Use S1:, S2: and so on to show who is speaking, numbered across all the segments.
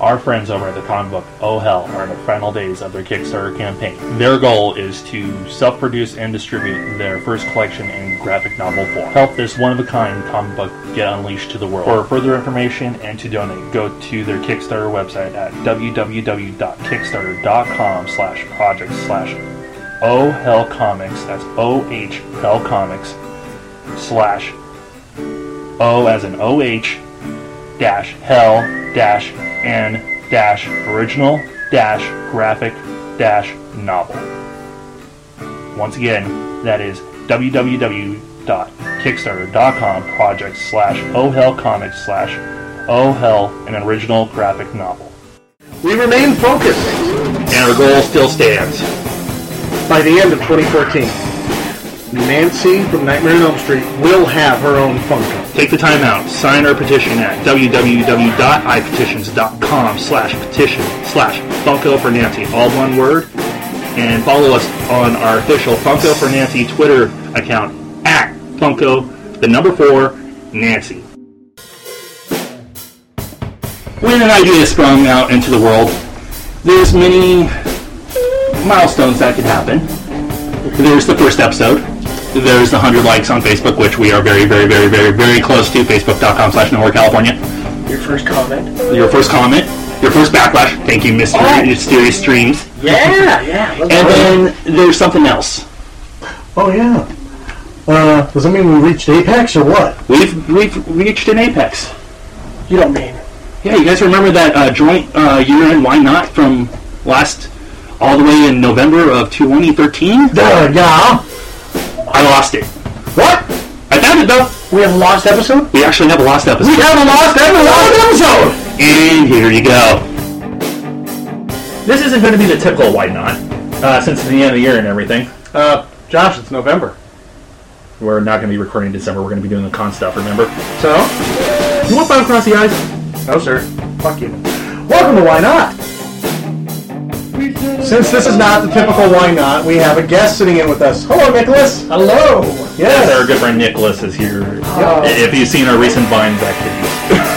S1: Our friends over at the comic book Oh Hell are in the final days of their Kickstarter campaign. Their goal is to self produce and distribute their first collection in graphic novel form. Help this one of a kind comic book get unleashed to the world. For further information and to donate, go to their Kickstarter website at www.kickstarter.com slash project slash Oh Hell Comics. That's O H Hell Comics slash O as an OH dash hell dash n dash original dash graphic dash novel. Once again, that is www.kickstarter.com project slash oh hell comics slash oh hell an original graphic novel.
S2: We remain focused
S1: And our goal still stands.
S2: by the end of 2014. Nancy from Nightmare on Elm Street will have her own Funko.
S1: Take the time out. Sign our petition at www.ipetitions.com slash petition slash Funko for Nancy, all one word. And follow us on our official Funko for Nancy Twitter account at Funko, the number four, Nancy. When an idea is sprung out into the world, there's many milestones that could happen. There's the first episode. There's the 100 likes on Facebook, which we are very, very, very, very, very close to. Facebook.com slash Nowhere California.
S2: Your first comment?
S1: Your first comment. Your first backlash. Thank you, Mr.
S2: Oh.
S1: Mysterious Streams.
S2: Yeah, yeah. let's
S1: And
S2: go.
S1: then there's something else.
S3: Oh yeah. Uh, does that mean we reached apex or what?
S1: We've, we've reached an apex.
S2: you don't mean.
S1: Yeah, you guys remember that uh, joint uh, year in Why Not from last, all the way in November of 2013?
S2: Uh,
S3: Duh, yeah.
S1: I lost it.
S3: What?
S1: I found it though.
S2: We have a lost episode?
S1: We actually have a lost episode.
S3: We have a lost and a lost episode.
S1: And here you go. This isn't going to be the typical why not, uh, since it's the end of the year and everything.
S2: Uh, Josh, it's November.
S1: We're not going to be recording in December. We're going to be doing the con stuff. Remember?
S2: So?
S1: You want five across the eyes?
S2: No, sir. Fuck you.
S3: Welcome to Why Not. Since this is not the typical Why Not, we have a guest sitting in with us. Hello, Nicholas.
S2: Hello!
S3: Yes. Oh.
S1: Our good friend Nicholas is here. if you've seen our recent Vines activities.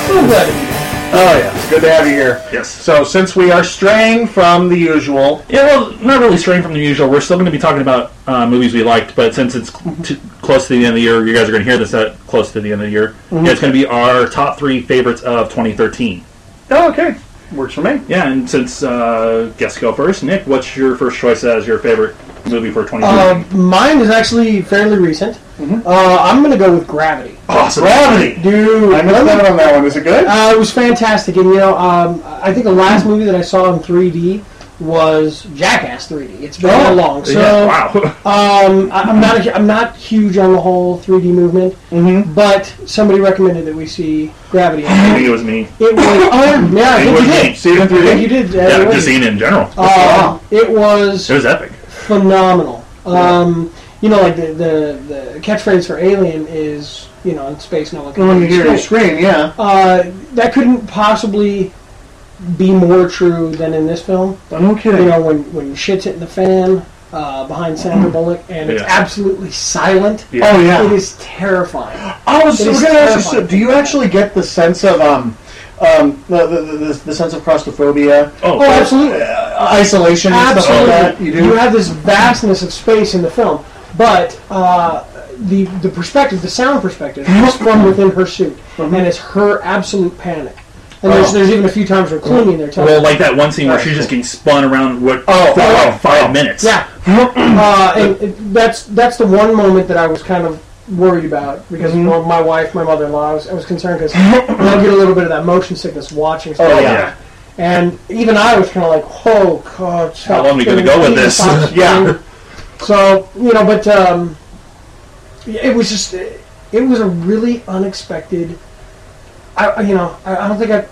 S2: So good.
S3: Oh yeah, it's good to have you here.
S1: Yes.
S3: So since we are straying from the usual,
S1: Yeah, well, not really straying from the usual. We're still going to be talking about uh, movies we liked, but since it's cl- t- close to the end of the year, you guys are going to hear this at close to the end of the year.
S3: Mm-hmm.
S1: Yeah, it's going to be our top three favorites of 2013.
S3: oh, okay, works for me.
S1: Yeah, and since uh, guests go first, Nick, what's your first choice as your favorite movie for 2013?
S4: Um, mine is actually fairly recent. Uh, I'm going to go with Gravity.
S1: awesome.
S3: Mm-hmm. Gravity.
S4: Dude,
S3: I missed out on that one. Is it good?
S4: uh, it was fantastic. And, you know, um, I think the last movie that I saw in 3D was Jackass 3D. It's been
S3: Oh,
S4: a long. So,
S1: yeah, wow.
S4: um, I, I'm, not a, I'm not huge on the whole 3D movement,
S3: Mm-hmm.
S4: but somebody recommended that we see Gravity.
S1: I
S4: it
S1: think it was me.
S4: was, oh, yeah, um, I
S1: It
S4: think
S1: was
S4: you
S1: me.
S4: did.
S3: See it in
S4: I think
S3: 3D.
S4: you did. uh,
S1: Yeah,
S4: wait.
S1: just seen it in general.
S4: Uh, it was
S1: It was epic.
S4: phenomenal. Um, you know, like the, the, the catchphrase for Alien is, you know, in space, no one can
S3: When you hear
S4: escape.
S3: it scream, yeah.
S4: Uh, that couldn't possibly be more true than in this film.
S3: No
S4: You
S3: kidding.
S4: know, when, when shit's hitting the fan uh, behind Sandra Bullock and it's
S1: Yeah.
S4: absolutely silent,
S1: Yeah.
S3: Oh yeah.
S4: it is terrifying.
S3: Oh, so
S4: It
S3: we're
S4: is
S3: gonna ask you,
S4: terrifying.
S3: so do you actually get the sense of um, um, the, the, the, the sense of claustrophobia,
S1: Oh,
S4: Oh, absolutely.
S3: isolation, and stuff like that?
S4: Absolutely.
S3: You
S4: You,
S3: do.
S4: have this vastness of space in the film, but uh, the the perspective, the sound perspective, is from within her suit, and it's her absolute panic. And there's,
S3: Uh-huh. Oh.
S4: there's even a few times where Clooney in there telling
S1: well, like that one scene where she's just getting spun around what
S3: Oh,
S1: for
S3: oh,
S1: like five
S3: oh.
S1: minutes.
S4: yeah, uh, and it, that's that's the one moment that I was kind of worried about because
S1: Mm-hmm.
S4: well, my wife, my mother-in-law, I was, I was concerned because I'll get a little bit of that motion sickness watching. stuff
S3: Oh,
S4: like
S3: yeah.
S4: that. And even I was kind of like, oh, God.
S1: How long are we gonna go with this?
S3: Yeah.
S4: So, you know, but um, yeah, it was just, it was a really unexpected, I, I- you know, I, I don't think I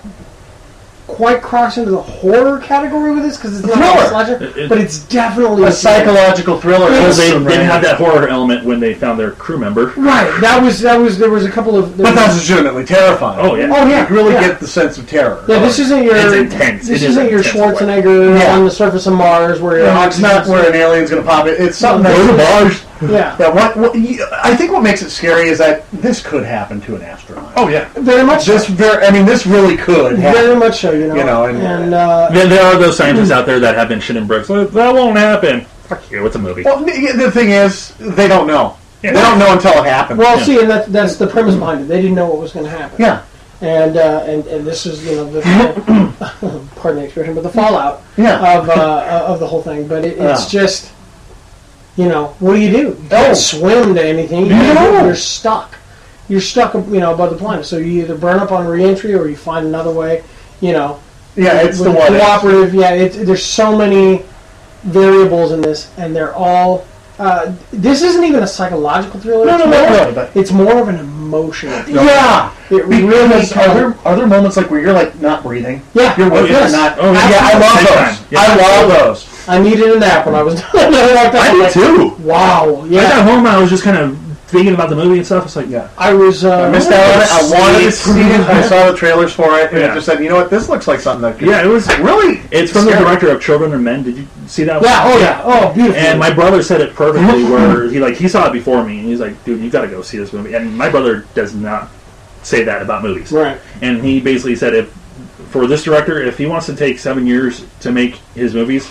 S4: quite crossed into the horror category with this because it's not
S3: Thriller.
S4: a slasher,
S1: It- it-
S4: but it's definitely
S3: a psychological thriller.
S1: Because they
S3: Awesome,
S1: didn't
S3: right?
S1: have that horror element when they found their crew member.
S4: Right. That was, that was, there was a couple of. there
S3: But
S4: was-
S3: that's legitimately terrifying.
S1: Oh, yeah.
S4: Oh, yeah,
S3: You really
S4: yeah.
S3: get the sense of terror.
S4: Yeah, this isn't your.
S1: It's intense.
S4: This
S1: It is
S4: isn't your
S1: intense work.
S4: Schwarzenegger
S3: Yeah.
S4: on the surface of Mars where your
S3: Yeah, it's not
S4: oxygen's-
S3: where an alien's gonna pop it. It's something
S4: Go to
S3: that's
S4: Yeah.
S3: Yeah, what, what, you- I think what makes it scary is that this could happen to an astronaut.
S5: Oh yeah.
S4: Very much so.
S3: This very, I mean, this really could
S4: Very
S3: happen.
S4: much so, you know.
S3: You know, and-
S4: uh,
S5: Then there are those scientists
S4: Mm-hmm.
S5: out there that have been shitting bricks. "Well, That won't happen. Fuck you. It's a movie.
S3: Well, the the thing is, they don't know.
S5: Yeah.
S3: They don't know until it happens.
S4: well,
S5: Yeah.
S4: see, and that, that's the premise behind it. They didn't know what was going to happen.
S3: yeah,
S4: And, uh, and and this is you know the pardon the expression, but the fallout
S3: yeah.
S4: of uh, of the whole thing. But it, it's just you know what do you do? You can't
S3: No.
S4: swim to anything. You
S3: Oh. No.
S4: can't- You're stuck. You're stuck, you know, above the planet. So you either burn up on reentry or you find another way. You know,
S3: yeah, it's
S4: with
S3: the what. if.
S4: cooperative. Yeah, it's, there's so many variables in this, and they're all. Uh, this isn't even a psychological thriller.
S3: No, no,
S4: it's
S3: no,
S4: more-
S3: no, but-
S4: It's more of an emotional. thriller.
S3: Yeah.
S4: It really
S3: Because are there,
S4: comes.
S3: are there moments like where you're like not breathing?
S4: Yeah.
S3: You're with
S5: yes.
S3: or not?
S5: Oh, yes.
S3: yeah, I love
S5: Big time.
S3: those.
S5: Yeah.
S3: I love those.
S4: I needed a nap when I was done. I walked out,
S5: I
S4: I'm
S5: did
S4: like,
S5: too.
S4: Wow.
S5: I got
S4: Yeah.
S5: home and I was just kind of thinking about the movie and stuff. It's like,
S3: Yeah.
S4: I was. Uh,
S3: I missed out on it. I wanted to
S5: Sweet.
S3: see it. I saw the trailers for it, and
S5: Yeah.
S3: I just said, you know what, this looks like something that could
S5: yeah, it was.
S3: really.
S5: It's from the
S3: scary.
S5: director of Children and Men. Did you see that?
S4: Yeah.
S5: one?
S4: Oh yeah. Oh beautiful.
S5: And my brother said it perfectly, where he like he saw it before me, and he's like, "Dude, you got to go see this movie." And my brother does not say that about movies,
S4: right.
S5: and he basically said, "If for this director, if he wants to take seven years to make his movies,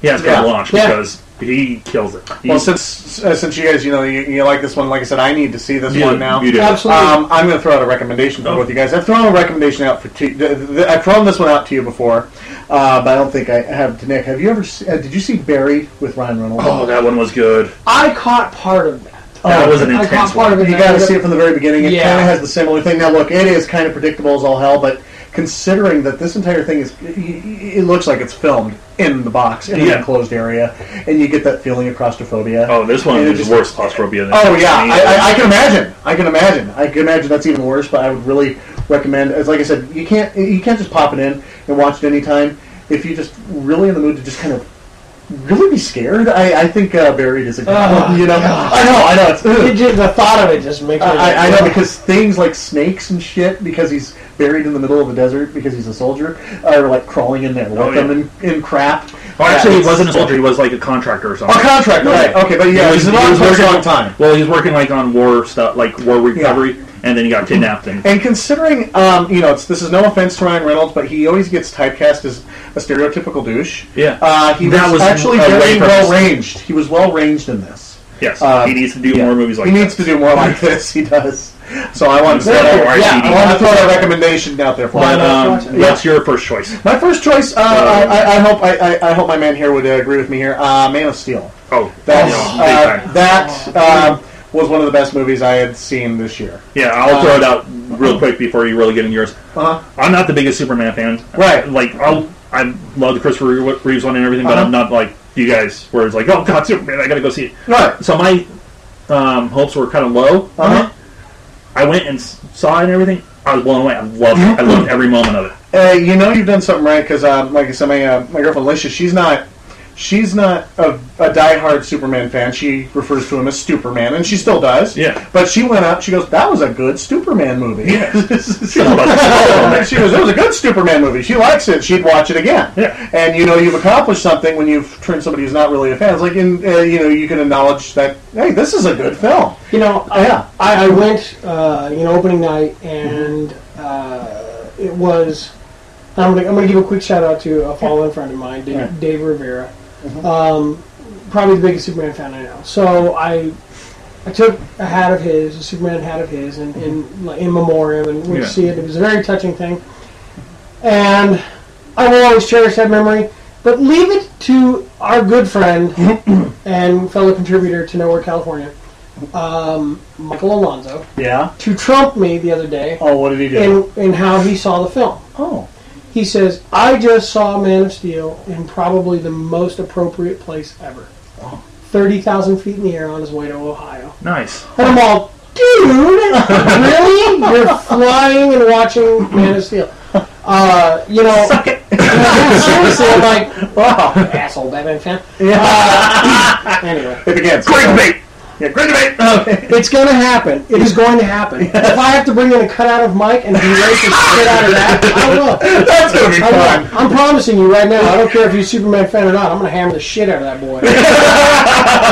S5: he has
S3: Yeah.
S5: to launch
S4: Yeah.
S5: because he kills it."
S3: Well,
S5: He's-
S3: since uh, since you guys, you know, you, you like this one. Like I said, I need to see this
S5: you-
S3: one now.
S5: you do.
S4: Absolutely.
S3: Um, I'm going to throw out a recommendation for
S5: Oh.
S3: both you guys. I've thrown a recommendation out for two. Th- th- I've thrown this one out to you before, uh, but I don't think I have to Nick. Have you ever? Se- uh, did you see Buried with Ryan Reynolds?
S5: Oh, that one was good.
S4: I caught part of that.
S5: Oh, That was an
S4: I
S5: intense
S4: caught part
S5: one.
S4: of it.
S3: Um, You
S4: and I
S3: got to
S4: ended
S3: see it
S4: up-
S3: from the very beginning. It
S4: Yeah.
S3: kind of has the similar thing. Now, look, it is kind of predictable as all hell, but considering that this entire thing is, it it looks like it's filmed in the box in
S5: Yeah.
S3: an enclosed area, and you get that feeling of claustrophobia.
S5: Oh, this one
S3: And it
S5: is
S3: just-
S5: worse claustrophobia. Than
S3: Oh yeah,
S5: than
S3: I, I, I
S5: the-
S3: can imagine. I can imagine. I can imagine that's even worse. But I would really recommend. As like I said, you can't you can't just pop it in and watch it anytime. If you're just really in the mood to just kind of really be scared, I, I think uh, Buried is a good
S5: Ah,
S4: Oh,
S3: one. You know, I know, I know. It's,
S4: It ju- the thought of it just makes me.
S3: I, I know because things like snakes and shit, because he's buried in the middle of the desert because he's a soldier, are like crawling in there with
S5: Oh, yeah.
S3: them in, in crap.
S5: Well,
S3: Yeah,
S5: actually, he
S3: it's-
S5: wasn't a soldier. He was like a contractor or something.
S3: A contractor, right? Okay, but yeah,
S5: He
S3: he's
S5: was-
S3: a
S5: he
S3: long
S5: was
S3: place,
S5: working-
S3: long time.
S5: Well, he's working like on war stuff, like war recovery, and then he got kidnapped and
S3: And considering, um, you know, it's, this is no offense to Ryan Reynolds, but he always gets typecast as a stereotypical douche.
S5: Yeah.
S3: uh, he
S5: That
S3: was,
S5: was
S3: actually
S5: away
S3: very
S5: from
S3: well
S5: his-
S3: ranged. He was well ranged in this.
S5: yes,
S3: Uh,
S5: he needs to do more movies like
S3: he needs
S5: that.
S3: to do more like this. He does. So I want to throw,
S5: Yeah, or
S3: yeah, I
S5: RCD.
S3: want to throw that recommendation out there for
S5: But
S3: him.
S5: um,
S3: Yeah.
S5: that's your first choice.
S3: My first choice. Uh, I, I, I hope. I, I, I hope my man here would uh, agree with me here. Uh, man of Steel.
S5: Oh,
S3: That's,
S5: yeah, big time.
S3: uh, that um, was one of the best movies I had seen this year.
S5: yeah, I'll throw
S3: Um,
S5: it out
S3: oh.
S5: real quick before you really get into yours.
S3: Uh-huh.
S5: I'm not the biggest Superman fan.
S3: Right.
S5: Like I'll, I love the Christopher Reeves one and everything, but
S3: Uh-huh.
S5: I'm not like you guys where it's like, oh god, Superman, I gotta go see it.
S3: Right.
S5: So my um, hopes were kind of low. on
S3: Uh-huh.
S5: it. I went and s- saw it and everything. I was blown away. I loved it. I loved every moment of it.
S3: Uh, you know you've done something right because, um, like I said, my uh, my girlfriend Alicia, she's not she's not a, a diehard Superman fan. She refers to him as Superman, and she still does.
S5: Yeah.
S3: But she went out. She goes, "That was a good Superman movie."
S5: Yeah.
S3: she
S5: About the Superman.
S3: she goes, "It was a good Superman movie." She likes it. She'd watch it again.
S5: Yeah.
S3: And you know you've accomplished something when you've turned somebody who's not really a fan. It's like in, uh, you know you can acknowledge that hey, this is a good film.
S4: You know, I,
S3: Oh, Yeah.
S4: I, I went, uh, you know, opening night, and uh, it was. I'm gonna, I'm gonna give a quick shout out to a fallen friend of mine, Dave,
S3: Right. Mm-hmm.
S4: Dave Rivera, um, probably the biggest Superman fan I know. So I, I took a hat of his, a Superman hat of his, and
S3: Mm-hmm.
S4: in like, in memoriam, and went
S5: Yeah.
S4: to see it. It was a very touching thing, and I will always cherish that memory. But leave it to our good friend
S3: Mm-hmm.
S4: and fellow contributor to Nowhere California, um, Michael Alonso,
S3: Yeah.
S4: to trump me the other day
S3: Oh, what did he do?
S4: in, in how he saw the film.
S3: oh.
S4: He says, I just saw Man of Steel in probably the most appropriate place ever. 30,000 feet in the air on his way to Ohio.
S5: Nice.
S4: And I'm all, dude, really? You're flying and watching Man of Steel. Uh, you know, seriously, I'm like,
S3: Wow.
S4: asshole Batman fan. Uh,
S3: Yeah.
S4: Anyway.
S3: It begins.
S5: Clickbait.
S3: Yeah, great debate. Okay.
S4: It's going to happen. It is going to happen. If I have to bring in a cutout of Mike and erase the shit out of that, I will.
S3: That's gonna be
S4: I
S3: fun.
S4: will. I'm promising you right now. I don't care if you're a Superman fan or not. I'm going to hammer the shit out of that boy.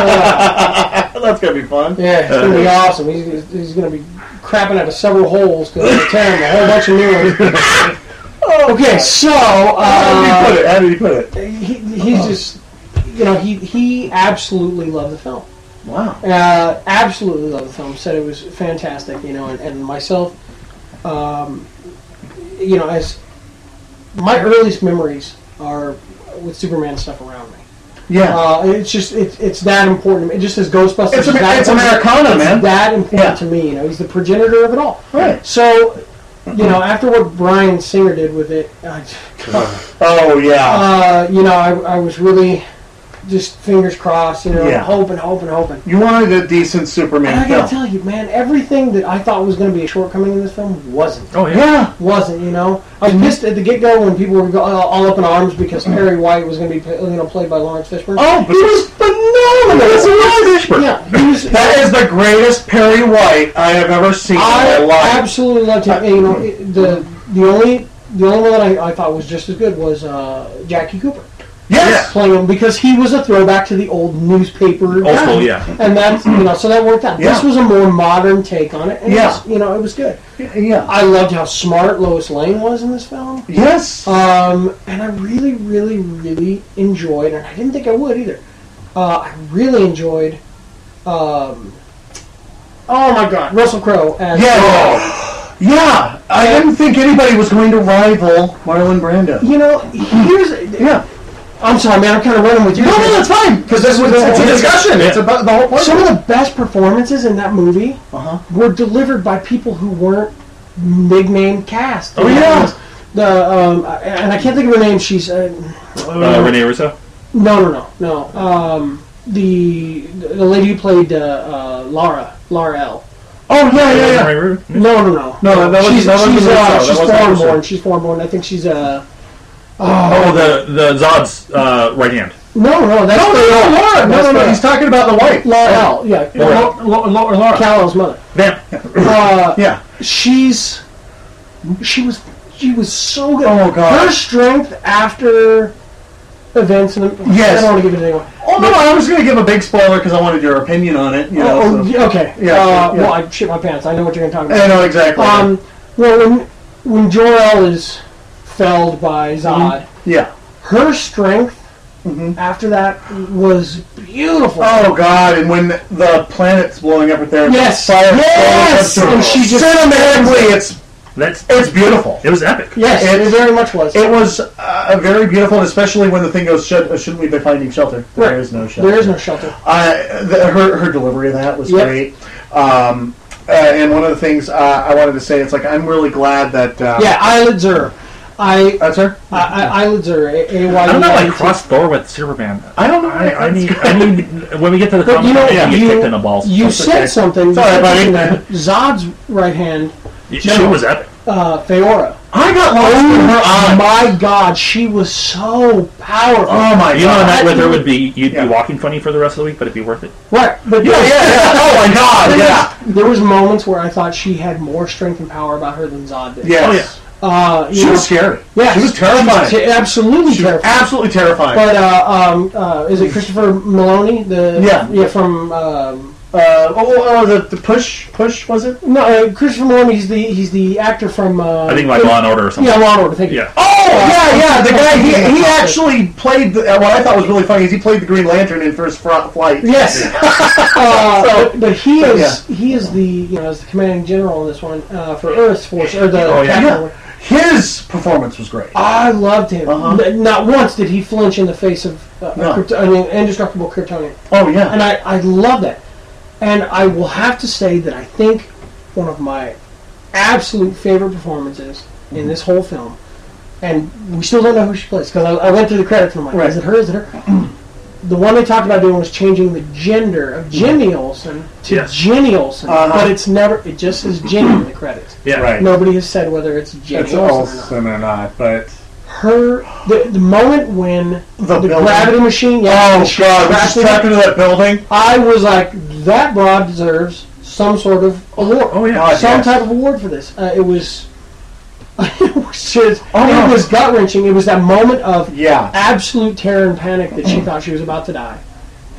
S3: That's gonna be fun.
S4: Yeah, it's going to be awesome. He's, he's, he's going to be crapping out of several holes because I'm tearing a whole bunch of new ones. Okay, so
S3: How did he
S4: uh,
S3: put it? How did he put it?
S4: he, he's
S3: Oh.
S4: just, you know, he he absolutely loved the film.
S3: Wow.
S4: Uh, absolutely loved the film. Said it was fantastic, you know, and, and myself, um, you know, as my earliest memories are with Superman stuff around me.
S3: Yeah.
S4: Uh, it's just it's it's that important. to me. Just as Ghostbusters,
S3: It's
S4: is
S3: Amer-
S4: that
S3: it's
S4: important-
S3: Americana,
S4: it's
S3: man.
S4: That important
S3: Yeah.
S4: to me. You know, he's the progenitor of it all.
S3: Right.
S4: So, you know, after what Brian Singer did with it, I,
S3: oh yeah.
S4: uh, you know, I, I was really just fingers crossed. You know,
S3: Yeah.
S4: hoping, hoping, hoping.
S3: you wanted a decent
S4: And I
S3: Superman film.
S4: gotta tell you, man, everything that I thought was gonna be a shortcoming in this film wasn't.
S2: Oh
S3: yeah.
S4: Wasn't, you know? I was pissed at the get go when people were go- all up in arms because Perry White was gonna be you know, played by Lawrence Fishburne.
S3: Mm-hmm. Oh, he was phenomenal. It's a Fishburne.
S4: Yeah, he was.
S3: That is the greatest Perry White I have ever seen in my
S4: I
S3: life. Mm-hmm.
S4: absolutely loved him. And, you know, it- the the only the only one I, I thought was just as good was uh, Jackie Cooper
S3: yes.
S4: playing him because he was a throwback to the old newspaper.
S2: Old
S4: guy.
S2: school, yeah.
S4: And that's you know, so that worked out. This
S3: Yeah.
S4: was a more modern take on it. And
S3: Yeah.
S4: it was, you know, it was good.
S3: Yeah.
S4: I loved how smart Lois Lane was in this film.
S3: Yes.
S4: Um, and I really, really, really enjoyed, and I didn't think I would either. Uh, I really enjoyed. Um, oh my God, Russell Crowe as
S3: yeah. Oh. Yeah. I didn't think anybody was going to rival Marlon Brando.
S4: You know, here's.
S3: Yeah.
S4: I'm sorry, man. I'm kind of running with you.
S3: No, no, that's fine. Because this was it's a discussion. It's about the whole point.
S4: Some of the best performances in that movie
S3: Uh-huh.
S4: were delivered by people who weren't big name cast.
S3: Oh, yeah.
S4: The um, and I can't think of her name. She's uh,
S2: Uh, Renee Russo.
S4: no, no, no, no. Um, the the lady who played uh, uh, Laura, Laura L.
S3: Oh yeah, yeah, yeah.
S2: Renee Russo.
S4: No, no, no.
S3: No, that- that wasn't-
S4: she's,
S3: that wasn't
S4: she's,
S3: her show.
S4: uh,
S3: That
S4: she's
S3: wasn't her
S4: foreign
S3: show.
S4: born. She's foreign born. I think she's uh.
S2: Oh, the the Zod's uh, right hand.
S4: No, no, that's
S3: No,
S4: the,
S3: no, no, Laura.
S4: That's
S3: No, no,
S4: the-
S3: no. He's talking about the white.
S4: Laura L. Yeah,
S2: Laura. Laura. Laura.
S4: Kal-El's mother.
S2: Bam.
S4: Uh,
S3: Yeah.
S4: she's she was she was so good.
S3: Oh, God.
S4: Her strength after events and
S3: Yes.
S4: I don't want to give it anyone.
S3: Oh no, I was going to give a big spoiler because I wanted your opinion on it. You know,
S4: Oh,
S3: so-
S4: oh, okay.
S3: Yeah,
S4: uh,
S3: yeah. Uh,
S4: Well, I shit my pants. I know what you're going to
S3: I
S4: talk
S3: know exactly.
S4: about. Um, well, when when Jor-El is felled by
S3: Mm-hmm.
S4: Zod,
S3: yeah.
S4: her strength
S3: Mm-hmm.
S4: after that was beautiful.
S3: Oh God! And when the planet's blowing up right there, and the
S4: Yes.
S3: fire
S4: Yes!
S3: blowing up
S4: And she just-
S3: cinematically, it's
S2: That's
S3: it's beautiful.
S2: it was epic.
S4: yes, it,
S3: it-
S4: very much was.
S3: It was uh, very beautiful, especially when the thing goes, Should, uh, "Shouldn't we be finding shelter?"
S4: Right.
S3: There is no shelter.
S4: there is no shelter.
S3: Uh, the, her her delivery of that was
S4: Yep.
S3: great. Um, uh, and one of the things uh, I wanted to say, it's like I'm really glad that. Uh,
S4: Yeah, eyelids are. I,
S3: that's her.
S4: I, I eyelids are. A- A-
S2: I don't know. I
S4: Y-
S2: crossed Thor with Superman.
S3: I don't know.
S2: I, I
S3: That's
S2: need.
S3: good.
S2: I need. When we get to the
S4: But you
S2: comic,
S4: know,
S2: I need to
S4: you-
S2: get kicked in the balls.
S4: You
S3: That's
S4: said
S3: okay.
S4: something.
S3: Sorry,
S4: You
S3: buddy.
S4: mentioned that Zod's right hand,
S2: she was epic.
S4: uh, Feora.
S3: I got lost in her
S4: Oh
S3: eye.
S4: my God, she was so powerful.
S3: Oh my
S2: You know,
S3: god!
S2: that with her would be you'd
S3: Yeah.
S2: be walking funny for the rest of the week, but it'd be worth it.
S4: right, but
S3: yeah, yeah, yeah. Oh my god! Yeah.
S4: there was moments where I thought she had more strength and power about her than Zod did.
S2: Oh,
S3: Yes.
S4: uh, you
S3: She
S4: know,
S3: was scary.
S4: yes,
S3: She was terrifying.
S4: She was te- absolutely
S3: She was
S4: terrifying.
S3: absolutely terrifying.
S4: but uh, um, uh, is it Christopher Maloney? The
S3: Yeah.
S4: from um,
S3: uh, oh, oh, the, the push, push was it?
S4: no uh, Christopher Maloney. He's the he's the actor from uh,
S2: I think like Law and Order or something.
S4: yeah Law and Order. Thank you.
S2: Yeah.
S3: Oh yeah, yeah. The guy he, he
S4: Yeah.
S3: actually played. The, uh, what I thought was really funny is he played the Green Lantern in First Fro- Flight.
S4: Yes. uh, but, but he
S3: So,
S4: is he is the you know is the commanding general in this one uh, for Earth's force or the
S2: Oh, yeah.
S4: Captain.
S3: Yeah. His performance was great.
S4: I loved him.
S3: Uh-huh.
S4: N- Not once did he flinch in the face of uh,
S3: No.
S4: a Krypto- I mean, indestructible Kryptonian,
S3: Oh yeah.
S4: and I I love that. And I will have to say that I think one of my absolute favorite performances in
S3: Mm-hmm.
S4: this whole film, and we still don't know who she plays because I, I went through the credits and I'm like,
S3: Right.
S4: is it her? Is it her? the one they talked about doing was changing the gender of Jenny Olsen to
S2: Yes.
S4: Jenny Olsen,
S3: Mm-hmm. Uh-huh.
S4: but it's never. It just says Jenny in the credits.
S2: Yeah.
S3: Right.
S4: Nobody has said whether it's Jenny
S3: It's
S4: Olsen or not.
S3: Olsen or not, but
S4: her the, the moment when the,
S3: The building.
S4: gravity machine. Yeah,
S3: Oh
S4: she
S3: god, we
S4: crashed
S3: just
S4: into-
S3: trapped into that building.
S4: I was like, that broad deserves some sort of award.
S3: yeah. Oh, God,
S4: some
S3: yes.
S4: type of award for this. Uh, it was. It was just.
S3: Oh,
S4: it
S3: no.
S4: was gut wrenching. It was that moment of
S3: Yeah.
S4: absolute terror and panic that she thought she was about to die.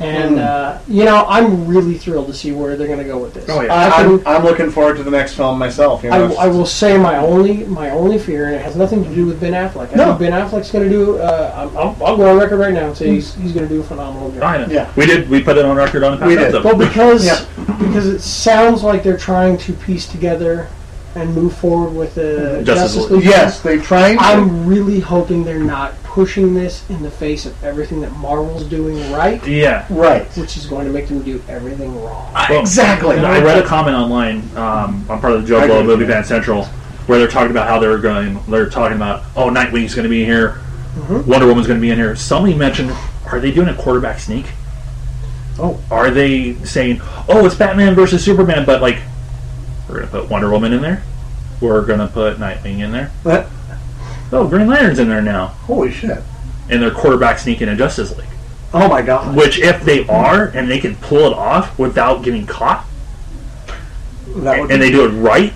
S4: And
S3: Hmm.
S4: uh, you know, I'm really thrilled to see where they're going to go with this.
S6: Oh, yeah.
S4: I,
S3: I'm,
S4: can,
S3: I'm looking forward to the next film myself. You
S4: I,
S3: know,
S4: I will say my only my only fear, and it has nothing to do with Ben Affleck. I
S3: No.
S4: think Ben Affleck's going to do. Uh, I'm, I'll, I'll go on record right now and
S3: Hmm.
S4: say he's, he's going to do a phenomenal job.
S5: I know.
S3: Yeah.
S5: We did. We put it on record on the
S3: We
S5: past
S3: did.
S5: episode.
S4: Well, because
S3: Yeah.
S4: because it sounds like they're trying to piece together and move forward with the
S5: Justice
S4: Justice,
S5: League.
S4: League.
S3: yes, they trying. to-
S4: I'm really hoping they're not pushing this in the face of everything that Marvel's doing right,
S5: yeah.
S3: right.
S4: which is going to make them do everything wrong.
S5: Boom.
S3: Exactly.
S5: And I read a comment online um, on part of the Joe
S3: I
S5: Blow
S3: did,
S5: movie
S3: yeah.
S5: fan central where they're talking about how they're going. They're talking about oh, Nightwing's going to be in here,
S3: Mm-hmm.
S5: Wonder Woman's going to be in here. Somebody mentioned, are they doing a quarterback sneak?
S4: Oh.
S5: are they saying oh, it's Batman versus Superman, but like we're going to put Wonder Woman in there, we're going to put Nightwing in there.
S3: What?
S5: Oh, Green Lantern's in there now,
S3: Holy shit.
S5: and they're quarterback sneaking in Justice League.
S3: Oh my god.
S5: Which, if they are, and they can pull it off without getting caught,
S3: That would
S5: and
S3: be,
S5: they do it right,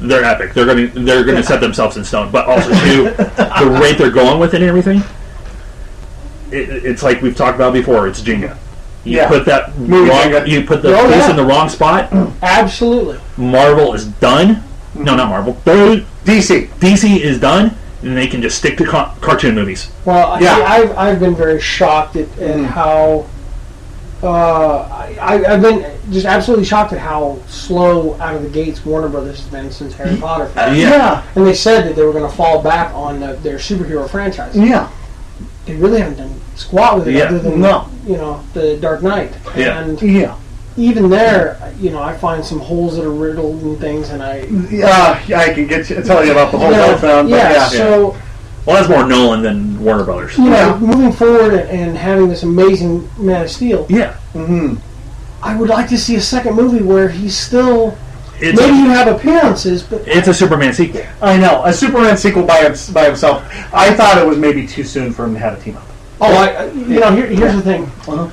S5: they're epic. They're gonna they're gonna set themselves in stone. But also too, the rate they're going with it and everything, it, it's like we've talked about before. It's Jenga. You
S3: Yeah.
S5: put that
S3: Movie
S5: wrong,
S3: Jenga.
S5: you put the
S4: Oh,
S5: piece
S4: yeah.
S5: in the wrong spot.
S4: Absolutely.
S5: Marvel is done. No, not Marvel. They're-
S3: DC.
S5: DC is done, and they can just stick to ca- cartoon movies.
S4: Well, I-
S3: Yeah. Mm.
S4: I've, I've been very shocked at, at how. Uh, I, I- I've been just absolutely shocked at how slow out of the gates Warner Brothers has been since Harry Potter.
S3: Yeah.
S4: And they said that they were going to fall back on the, their superhero franchise.
S3: Yeah.
S4: They really haven't done squat with it
S5: Yeah.
S4: other than
S3: No.
S4: you know the Dark Knight.
S5: Yeah.
S4: And
S3: Yeah.
S4: even there, you know, I find some holes that are riddled and things, and I.
S3: Mm-hmm. Yeah. Uh, yeah. I can get you, tell you about the whole
S4: Yeah,
S3: yeah. found. but
S4: yeah,
S3: Oh, yeah.
S4: So
S5: Well, that's more Nolan than Warner Brothers.
S4: you know,
S3: Yeah.
S4: moving forward and, and having this amazing Man of Steel,
S5: Yeah,
S3: Mhm.
S4: I would like to see a second movie where he's still.
S5: it's
S4: maybe you have appearances, but
S5: it's a Superman sequel.
S3: I know a Superman sequel by him, by himself. I thought it was maybe too soon for him to have a team up.
S4: oh, I, you know, here, here's the thing.
S3: Uh-huh.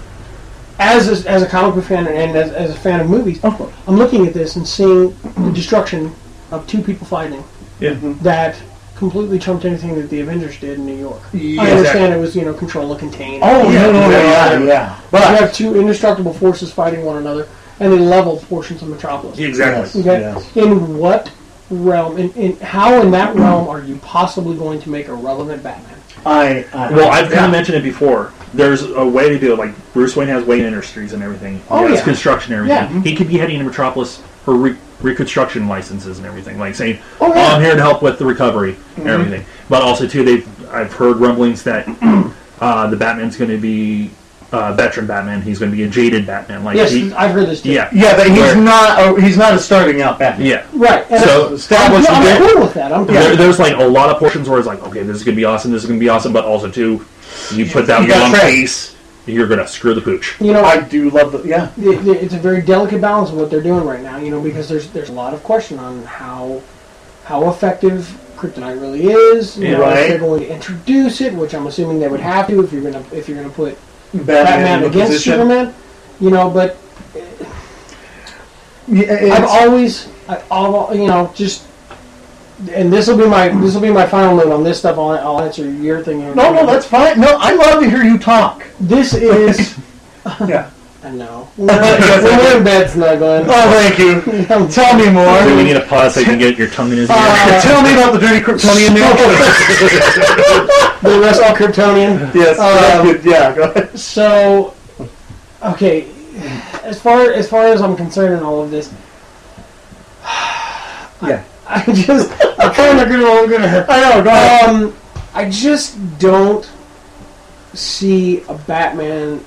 S4: As a, as a comic book fan and as, as a fan of movies,
S3: Of course.
S4: I'm looking at this and seeing the destruction of two people fighting
S5: Yeah.
S3: Mm-hmm.
S4: that completely trumped anything that the Avengers did in New York.
S3: Yeah,
S4: I understand it was you know control and contain.
S3: Oh
S5: Yeah.
S3: no, no, no,
S5: Yeah.
S3: yeah, yeah.
S4: you
S3: But
S4: have two indestructible forces fighting one another, and they leveled portions of Metropolis.
S5: Exactly.
S4: Okay.
S3: Yes.
S4: In what realm? In, in how in that realm are you possibly going to make a relevant Batman?
S3: I, I
S5: Well, I've kind
S3: yeah.
S5: of mentioned it before. There's a way to do it. Like Bruce Wayne has Wayne Industries and everything.
S4: Oh,
S5: His
S4: yeah.
S5: construction and everything.
S4: Yeah.
S5: He could be heading to Metropolis for re- reconstruction licenses and everything. Like saying,
S4: Oh, yeah. Mm-hmm.
S5: I'm here to help with the recovery and everything." But also too, they've I've heard rumblings that uh, the Batman's going to be uh, veteran Batman. He's going to be a jaded Batman. Like
S4: Yes,
S5: he,
S4: I've heard this. Too.
S5: yeah,
S3: yeah, but he's
S5: Where-
S3: not a, he's not a starting out Batman.
S5: yeah.
S4: Right. And
S5: So
S4: I,
S3: Established
S4: am
S3: that-
S4: cool with that. I'm cool.
S5: There, there's like a lot of portions where it's like, okay, this is gonna be awesome, this is gonna be awesome, but also too, you put that
S3: You got
S5: one
S3: trapped.
S5: face, you're gonna screw the pooch.
S4: You know,
S3: I do love the yeah.
S4: it- it- it's a very delicate balance of what they're doing right now. You know, because there's there's a lot of question on how how effective kryptonite really is. You
S5: Yeah.
S4: know, if
S3: Right.
S4: they're going to introduce it, which I'm assuming they would have to if you're gonna if you're gonna put
S3: Batman,
S4: Batman
S3: in the
S4: against
S3: position.
S4: Superman. You know, but
S3: Yeah, it's-
S4: I've always, I, I'll, you know, just, and this will be my this will be my final note on this stuff. I'll, I'll answer your thing. in a
S3: no, no,
S4: minute.
S3: that's fine. No, I love to hear you talk.
S4: this is.
S3: Yeah.
S4: I know. We're, we're in bed snuggling.
S3: Oh, thank you. Tell me more.
S5: Do we need a pause so you can get your tongue in his ear?
S3: Uh, tell me about the dirty Kryptonian news.
S4: The rest all Kryptonian.
S3: yes.
S4: Um,
S3: good. yeah. Go ahead.
S4: So, okay, as far as far as I'm concerned in all of this,
S3: Yeah.
S4: I just I kind of agree with what I'm gonna.
S3: I know. Go ahead.
S4: Um, I just don't see a Batman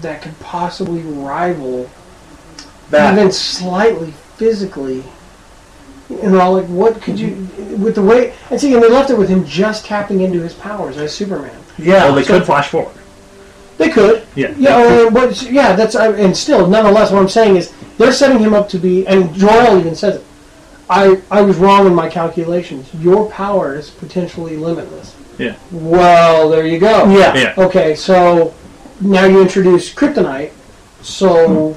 S4: that could possibly rival even
S3: Batman.
S4: slightly physically. You know, like what could you with the way and see, and they left it with him just tapping into his powers as Superman.
S3: Yeah.
S5: well, they could flash forward.
S4: They could,
S5: Yeah.
S4: yeah, uh, but yeah, that's I- and still, nonetheless, what I'm saying is they're setting him up to be, and Joel even says it. I I was wrong in my calculations. Your power is potentially limitless.
S5: Yeah.
S4: Well, there you go.
S3: Yeah.
S5: Yeah.
S4: Okay, so now you introduce kryptonite. So,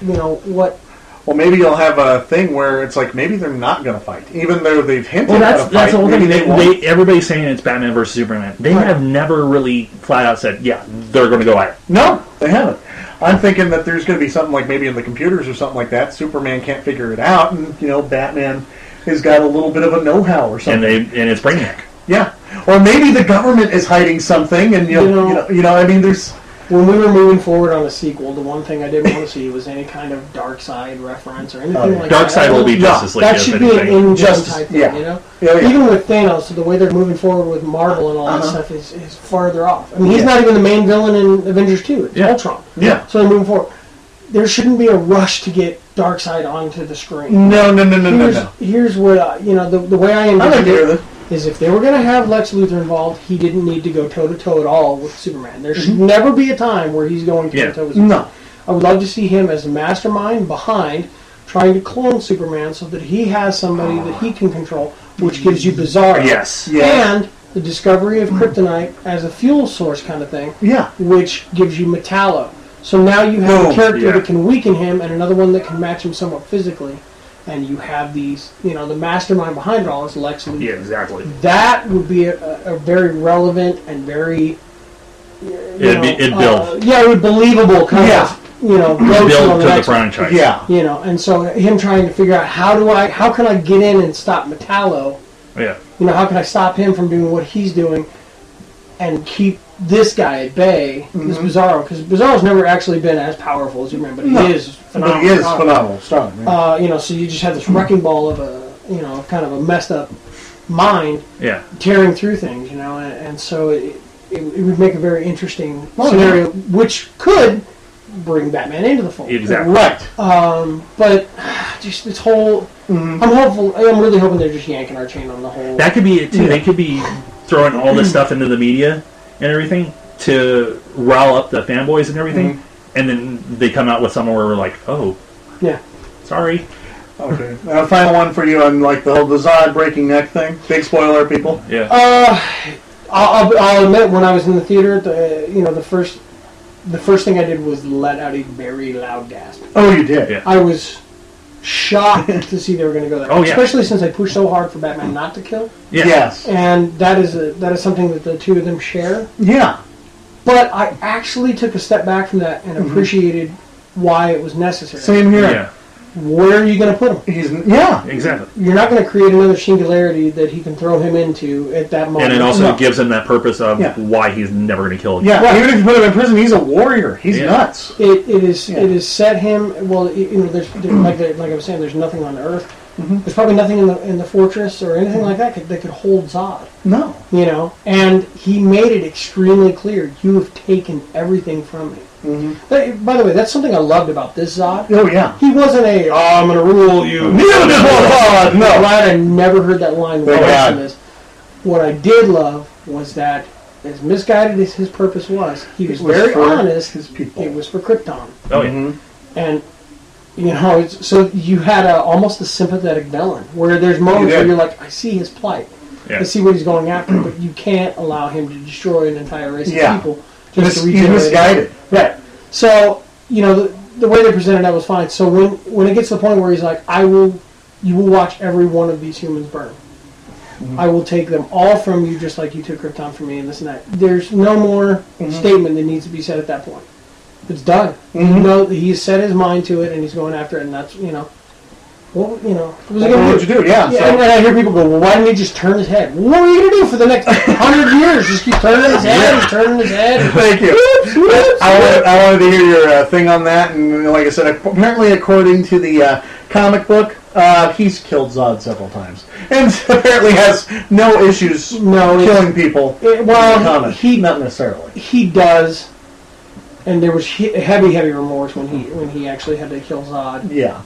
S4: you know what?
S3: Well, maybe you'll have a thing where it's like maybe they're not going to fight, even though they've hinted
S5: Well, that's
S3: at a fight.
S5: that's the whole
S3: maybe
S5: thing. They,
S3: they won't.
S5: they, everybody's saying it's Batman versus Superman. They have never really flat out said, yeah, they're going to go at it.
S3: No, they haven't. I'm thinking that there's going to be something like maybe in the computers or something like that. Superman can't figure it out, and you know Batman has got a little bit of a know-how or
S5: And
S3: something.
S5: they and it's Brainiac.
S3: yeah, or maybe the government is hiding something, and you know,
S4: You
S3: you
S4: know-
S3: know, you know, I mean, there's
S4: When we were moving forward on the sequel, the one thing I didn't want to see was any kind of dark side reference or anything
S3: Oh, yeah.
S4: like that.
S5: Darkseid will be
S3: Yeah,
S5: Justice League.
S4: That
S5: if
S4: should be an
S5: anything.
S4: in
S3: Justice-
S4: type thing,
S3: yeah.
S4: you know.
S3: Yeah, yeah.
S4: Even with Thanos, the way they're moving forward with Marvel and all that
S3: Uh-huh.
S4: stuff is, is farther off. I mean, he's
S3: Yeah.
S4: not even the main villain in Avengers Two. It's
S5: Yeah.
S4: Ultron.
S3: yeah.
S4: So they're moving forward. There shouldn't be a rush to get Darkseid onto the screen.
S3: No, no, no, no, no,
S4: Here's,
S3: no.
S4: here's what I, you know the, the way I
S3: I don't
S4: envision
S3: care.
S4: it
S3: That.
S4: is if they were going to have Lex Luthor involved, he didn't need to go toe to toe at all with Superman. There should never be a time where he's going toe
S5: Yeah.
S4: to toe with Superman.
S3: Mm-hmm. No,
S4: I would love to see him as the mastermind behind trying to clone Superman so that he has somebody that he can control, which gives you Bizarro.
S5: Yes.
S3: Yeah.
S4: And the discovery of kryptonite as a fuel source kind of thing,
S3: yeah,
S4: which gives you Metallo. So now you have a
S3: Boom.
S4: character
S5: Yeah.
S4: that can weaken him and another one that can match him somewhat physically. And you have these, you know, the mastermind behind it all is Lex Luthor
S5: Yeah, exactly.
S4: that would be a, a very relevant and very
S5: It'd be- it'd build.
S4: uh, yeah it would believable kind
S3: Yeah.
S4: of you know go to
S5: Build
S4: the
S5: to the
S4: next one.
S5: franchise.
S3: yeah.
S4: you know and so him trying to figure out how do I how can I get in and stop Metallo
S5: Yeah.
S4: you know how can I stop him from doing what he's doing and keep this guy at bay this Bizarro because Bizarro's never actually been as powerful as Superman but he
S3: No.
S4: is phenomenal
S3: But he is phenomenal, strong. Yeah.
S4: Uh, you know so you just have this wrecking ball of a you know kind of a messed up mind
S5: Yeah.
S4: tearing through things, you know, and, and so it, it, it would make a very interesting scenario, which could bring Batman into the fold. Um,
S5: Exactly.
S3: right.
S4: But just this whole, I'm hopeful. I'm really hoping they're just yanking our chain on the whole.
S5: Mm-hmm. That could be it too. They could be throwing all this stuff into the media and everything to rile up the fanboys and everything, and then they come out with somewhere where we're like, oh,
S4: yeah,
S5: sorry.
S3: Okay. Uh, final one for you on like the whole the Zod breaking neck thing. Big spoiler, people.
S5: Yeah.
S4: I'll, I'll, I'll admit when Uh, I was in the theater, the you know the first, the first thing I did was let out a very loud gasp.
S3: Oh, you did.
S5: Yeah.
S4: I was shocked to see they were going to go there,
S5: Oh, yeah.
S4: especially since I pushed so hard for Batman not to kill,
S5: yeah.
S3: Yes.
S4: and that is a, that is something that the two of them share.
S3: Yeah.
S4: But I actually took a step back from that
S5: Mm-hmm.
S4: and appreciated why it was necessary.
S3: Same here.
S5: Yeah.
S4: Where are you going to put him?
S3: He's yeah.
S5: Exactly.
S4: You're not going to create another singularity that he can throw him into at that moment.
S5: And it also
S3: No.
S5: gives him that purpose of
S3: Yeah.
S5: why he's never going to kill.
S3: Yeah, even if you put him in prison, he's a warrior. He's
S5: Yeah.
S3: nuts.
S4: it, it is
S3: Yeah.
S4: it is set him well. You you know, there's, there's like the, like I was saying, there's nothing on Earth.
S5: Mm-hmm.
S4: There's probably nothing in the in the fortress or anything like that could, that could hold Zod.
S3: No.
S4: You know, and he made it extremely clear: you have taken everything from me. That- by the way, that's something I loved about this Zod.
S3: Oh Mm-hmm. yeah.
S4: He wasn't a, oh, I'm going to rule you.
S3: Kneel before God.
S4: I'm
S3: No.
S4: glad I never heard that line
S3: Thank
S4: once
S3: God.
S4: in this. What I did love was that, as misguided as his purpose was, he was,
S3: It was
S4: very
S3: for
S4: honest.
S3: his people.
S4: It was for Krypton,
S5: Oh yeah.
S4: and you know, it's, so you had a, almost a sympathetic villain where there's moments
S3: You did.
S4: where you're like, I see his plight,
S5: Yeah.
S4: I see what he's going after, but you can't allow him to destroy an entire race
S3: Yeah.
S4: of people just
S3: Mis-
S4: to
S3: he
S4: regenerate.
S3: misguided.
S4: Right. So you know the, the way they presented that was fine. So when when it gets to the point where he's like, I will, you will watch every one of these humans burn.
S3: Mm-hmm.
S4: I will take them all from you, just like you took Krypton from me, and this and that. There's no more
S3: Mm-hmm.
S4: statement that needs to be said at that point. It's done. You
S3: Mm-hmm.
S4: know that he's set his mind to it, and he's going after it, and that's you know. What you know? What was he
S3: What
S4: gonna
S3: would you do? Yeah.
S4: yeah,
S3: so-
S4: and, and I hear people go, well, why didn't he just turn his head? What are you going to do for the next 100 years? Just keep turning his head and turning his head?
S3: Thank you. I wanted, I wanted to hear your uh, thing on that, and like I said, apparently according to the uh, comic book, uh, he's killed Zod several times, and apparently has no issues
S4: No, it's-
S3: killing people.
S4: It-
S3: in the
S4: Eh, well,
S3: comic.
S4: he,
S3: not necessarily.
S4: he does. And there was he- heavy, heavy remorse when he when he actually had to kill Zod.
S3: Yeah.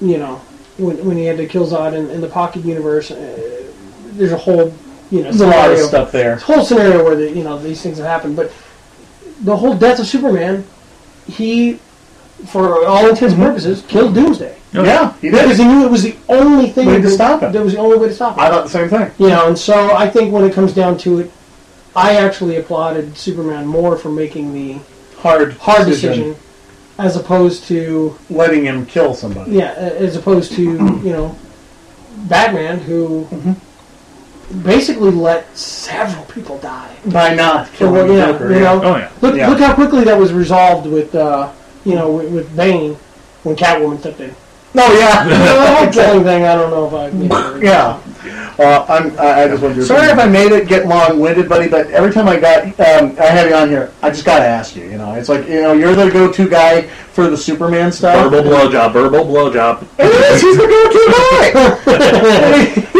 S4: You know, when, when he had to kill Zod in, in the Pocket Universe, uh, there's a whole you know
S3: There's a lot of
S4: scenario-
S3: stuff there.
S4: whole scenario where the, you know these things have happened, but the whole death of Superman, he for all intents
S3: Mm-hmm.
S4: and purposes, killed Doomsday.
S3: Yeah, he did.
S4: Because he knew it was the only thing
S3: Way
S4: that
S3: to
S4: would-
S3: stop it.
S4: That was the only way to stop it.
S3: I thought the same thing.
S4: You know, and so I think when it comes down to it, I actually applauded Superman more for making the
S3: Hard,
S4: hard decision, as opposed to
S3: letting him kill somebody.
S4: yeah, a- as opposed to you know, Batman who basically let several people die.
S3: by not
S4: So,
S3: killing
S4: yeah,
S3: Joker.
S4: you
S3: yeah.
S4: know,
S5: Oh, yeah.
S4: Look,
S3: Yeah.
S4: look how quickly that was resolved with uh, you know with, with Bane when Catwoman stepped in.
S3: No, yeah,
S4: the whole killing thing, I don't know if I. You know,
S3: yeah. Uh, I'm. I, I just wanted to. Sorry if I made it get long-winded, buddy. But every time I got, um, I had you on here. I just got to ask you. You know, it's like you know, you're the go-to guy for the Superman stuff.
S5: Verbal blowjob, verbal blowjob.
S3: It is. He's the go-to guy.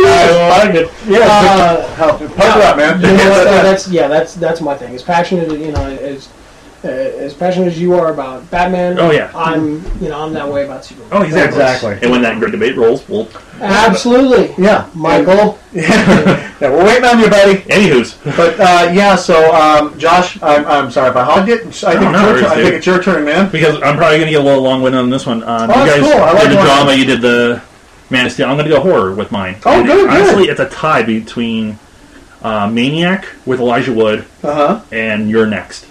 S5: I like it.
S3: yeah. Uh, help. Pucker up, man.
S4: You know what, though, that's yeah, that's that's my thing. As passionate, you know, as uh, as passionate as you are about Batman,
S5: Oh, yeah.
S4: I'm you know I'm that way about Superman.
S5: Oh, exactly.
S3: Exactly.
S5: And when that great debate rolls, we'll.
S4: Absolutely,
S3: Yeah,
S4: Michael.
S3: Yeah, we're waiting on you, buddy.
S5: Anywho's.
S3: But uh, yeah, so um, Josh, I'm, I'm sorry if I hogged it. I think,
S5: no,
S3: it's, your
S5: worries,
S3: turn. I
S5: dude.
S3: think it's your turn, man.
S5: Because I'm probably going to get a little long winded on this one. Um,
S3: Oh, that's
S5: you guys
S3: cool. I like
S5: did the
S3: going
S5: drama,
S3: on.
S5: you did the Man of Steel. I'm going to go horror with mine.
S3: Oh,
S5: And
S3: good, good.
S5: Honestly, it's a tie between uh, Maniac with Elijah Wood
S3: Uh huh.
S5: and You're Next.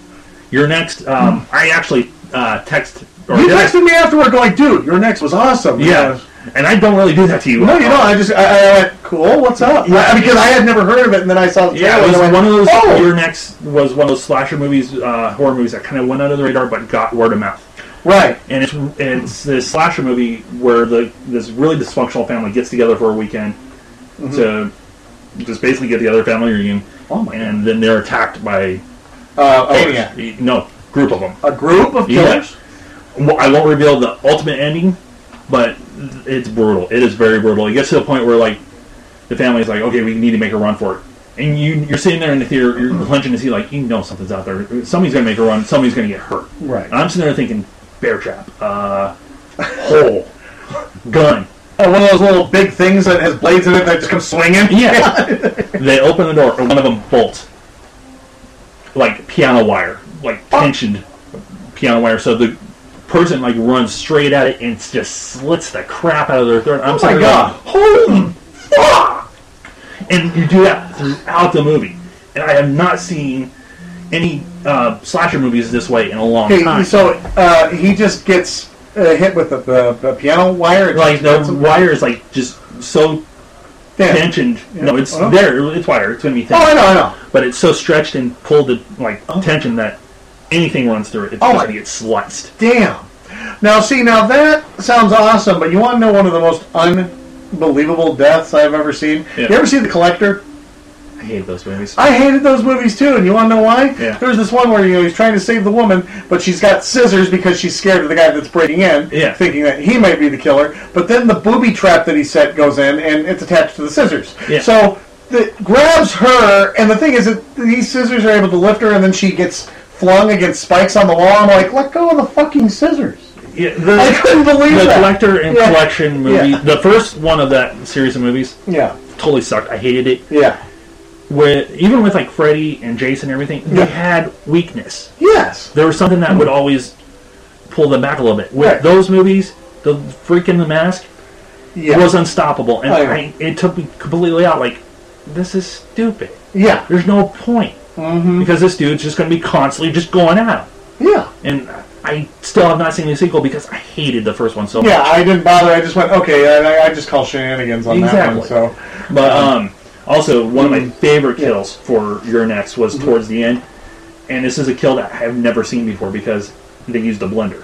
S5: You're Next, um, I actually uh, text. Or
S3: You
S5: did I-
S3: texted me afterward, going, "Dude, your next was awesome."
S5: Yeah. And I don't really do that to you.
S3: No, you don't. I just I, I went, "Cool, what's up?" I- because I had never heard of it, and then I saw the
S5: Yeah,
S3: trailer
S5: it
S3: and
S5: was
S3: I went,
S5: one of those.
S3: Oh,
S5: Your next was one of those slasher movies, uh, horror movies that kind of went under the radar but got word of mouth.
S3: right.
S5: And it's it's this slasher movie where the this really dysfunctional family gets together for a weekend to just basically get together, family reunion,
S3: Mm-hmm. Oh my
S5: and then they're attacked by
S3: Uh, oh, yeah.
S5: no group of them.
S3: A group of
S5: Yeah.
S3: killers.
S5: Well, I won't reveal the ultimate ending, but it's brutal. It is very brutal. It gets to the point where like the family's like, okay, we need to make a run for it, and you you're sitting there in the theater, you're clenching to see like you know something's out there. Somebody's gonna make a run. Somebody's gonna get hurt.
S3: Right.
S5: And I'm sitting there thinking, bear trap, uh, hole, gun.
S3: Uh, one of those little big things that has blades in it that just come swinging.
S5: Yeah. they open the door, and one of them bolts. Like piano wire, like
S3: Ah.
S5: tensioned piano wire. So the person like runs straight at it and just slits the crap out of their throat. I'm
S3: Oh my
S5: sorry,
S3: god! Holy fuck!
S5: and you do that throughout the movie. And I have not seen any uh, slasher movies this way in a long
S3: Okay,
S5: time.
S3: so uh, he just gets uh, hit with the, the, the piano wire. and
S5: like
S3: just-
S5: the wire is like just so
S3: Yeah.
S5: tensioned. No, it's
S3: Oh.
S5: there. It's wire. It's gonna be
S3: Oh,
S5: thin,
S3: I know, I know.
S5: but it's so stretched and pulled to like tension that anything runs through it. It's
S3: Oh my-
S5: gonna get sliced.
S3: Damn. Now, see, now that sounds awesome, but you want to know one of the most unbelievable deaths I've ever seen?
S5: Yeah.
S3: You ever see The Collector?
S5: I hate those movies.
S3: I hated those movies too, and you want to know why?
S5: Yeah.
S3: There's this one where you know he's trying to save the woman, but she's got scissors because she's scared of the guy that's breaking in,
S5: Yeah.
S3: thinking that he might be the killer. But then the booby trap that he set goes in, and it's attached to the scissors.
S5: Yeah.
S3: So the grabs her, and the thing is that these scissors are able to lift her, and then she gets flung against spikes on the wall. I'm like, let go of the fucking scissors.
S5: Yeah,
S3: I
S5: the,
S3: couldn't believe
S5: the
S3: that.
S5: collector and
S3: Yeah.
S5: collection movie,
S3: Yeah.
S5: the first one of that series of movies,
S3: Yeah.
S5: totally sucked. I hated it.
S3: Yeah.
S5: With even with like Freddy and Jason and everything,
S3: Yeah.
S5: they had weakness.
S3: Yes.
S5: there was something that would always pull them back a little bit. With
S3: Right.
S5: those movies, the freaking The Mask
S3: Yeah.
S5: was unstoppable, and
S3: Oh, yeah.
S5: I, it took me completely out. Like, this is stupid.
S3: yeah.
S5: There's no point because this dude's just going to be constantly just going out.
S3: Yeah.
S5: And I still have not seen the sequel because I hated the first one so
S3: Yeah, I didn't bother. I just went, okay, I, I- I just call shenanigans on
S5: Exactly.
S3: that one. So,
S5: much. But um, also one of my favorite kills for Your Next was towards the end, and this is a kill that I have never seen before because they used a blender.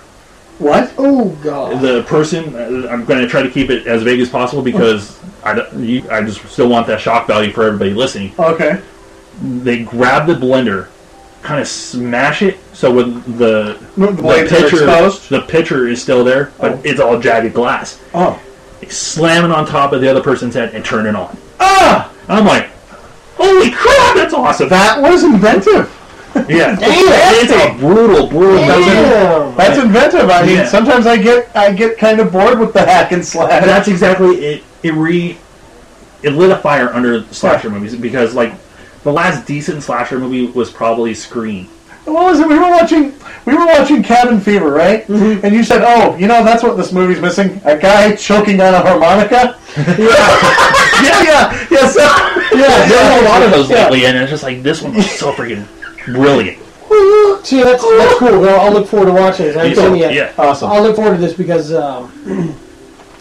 S3: what?
S4: Oh God,
S5: the person uh, i'm going to try to keep it as vague as possible because I, don't- you, I just still want that shock value for everybody listening
S3: Okay.
S5: they grab the blender kind of smash it so when the
S3: The blades are exposed?
S5: the pitcher is still there but
S3: Oh.
S5: it's all jagged glass
S3: Oh.
S5: they slam it on top of the other person's head and turn it on
S3: Ah!
S5: i'm like holy crap that's awesome
S3: That was inventive.
S5: yeah it's a brutal brutal
S4: Damn.
S3: That's inventive. I mean,
S5: Yeah.
S3: sometimes I get I get kind of bored with the hack and slash.
S5: And that's exactly it. It re it lit a fire under slasher movies because like the last decent slasher movie was probably Scream.
S3: What was it? We were watching. We were watching Cabin Fever, right?
S5: Mm-hmm.
S3: And you said, "Oh, you know, that's what this movie's missing: a guy choking on a harmonica." yeah, yeah, yeah. So, yeah,
S5: There's a
S3: yeah.
S5: lot of those
S3: Yeah.
S5: lately, and it's just like this one was so freaking brilliant.
S4: See, that's that's cool. Well, I'll look forward to watching this. I haven't seen it yet.
S5: Yeah.
S3: Awesome.
S4: I'll look forward to this because, um,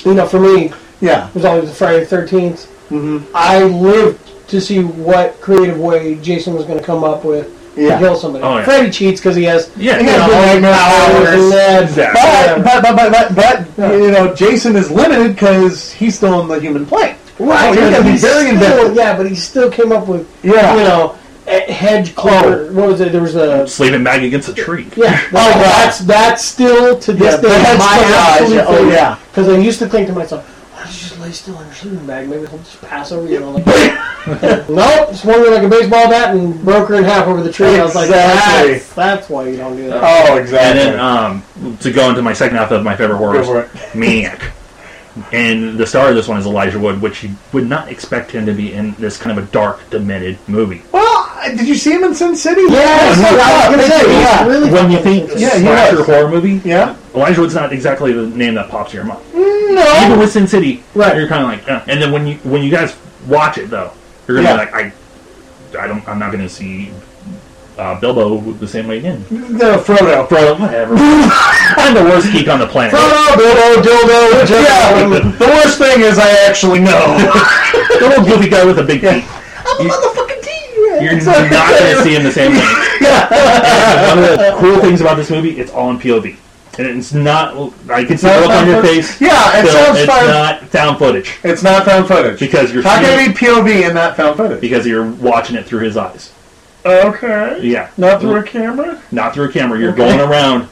S4: you know, for me, it
S3: Yeah,
S4: was always the Friday the 13th.
S3: Mm-hmm.
S4: I lived to see what creative way Jason was going to come up with
S3: Yeah.
S4: to kill somebody.
S5: Oh, yeah.
S4: Freddy cheats because he has
S5: Yeah.
S4: he has
S5: Yeah,
S4: good
S3: all
S4: powers
S3: powers.
S4: and that.
S5: Exactly.
S3: but but but but, but you know, Jason is limited because he's still in the human plane.
S4: Right,
S3: So he's
S4: but
S3: Oh, gonna be
S4: he
S3: very
S4: still-
S3: inventive.
S4: Yeah, but he still came up with
S3: Yeah. Oh.
S4: you know a- hedge clover. What was it? There was a
S5: Sleeping bag against a tree.
S4: yeah.
S3: God.
S4: that's that's still to this
S3: Yeah,
S4: day
S3: the hedge
S4: my
S3: clover,
S4: absolute
S3: yeah, oh,
S4: favorite.
S3: yeah.
S4: Because I used to think to myself, why don't you just lay still in your sleeping bag? Maybe he'll just pass over you. And all that. nope, swung me like a baseball bat and broke her in half over the tree. I was like,
S3: Exactly.
S4: that's, that's why you don't do that.
S3: Oh,
S5: And
S3: exactly.
S5: then um, to go into my second half of my favorite
S3: Go
S5: horrors,
S3: for it.
S5: Maniac. And the star of this one is Elijah Wood, which you would not expect him to be in this kind of a dark, demented movie.
S3: Well, did you see him in Sin City?
S4: Yes,
S3: yeah,
S4: I was gonna say, he's
S3: yeah.
S4: really
S5: When you think
S3: Yeah, he
S5: slasher
S3: was.
S5: horror movie,
S3: Yeah.
S5: Elijah Wood's not exactly the name that pops to your mind.
S3: No.
S5: Even with Sin City,
S4: Right.
S5: you're kind of like, eh. and then when you when you guys watch it though, you're gonna be like, I, I don't, I'm not gonna see uh, Bilbo the same way again.
S3: No, Frodo.
S5: Bro, whatever. I'm the worst geek on the planet.
S3: Frodo, Bilbo, Dildo, whichever. Yeah. the worst thing is I actually know.
S5: the little goofy guy with a big feet.
S3: I'm a motherfucking teen.
S5: You're not gonna see him the same way. One of the cool things about this movie, it's all in POV, and it's not. I can see the look on your face.
S3: Yeah, it
S5: Phil,
S3: sounds
S5: it's
S3: fun.
S5: not found footage
S3: It's not found footage.
S5: because you're
S3: How
S5: seeing-
S3: can it be POV and not found footage?
S5: because you're watching it through his eyes.
S3: Oh, Okay.
S5: Yeah,
S3: Not through a camera?
S5: not through a camera. You're going around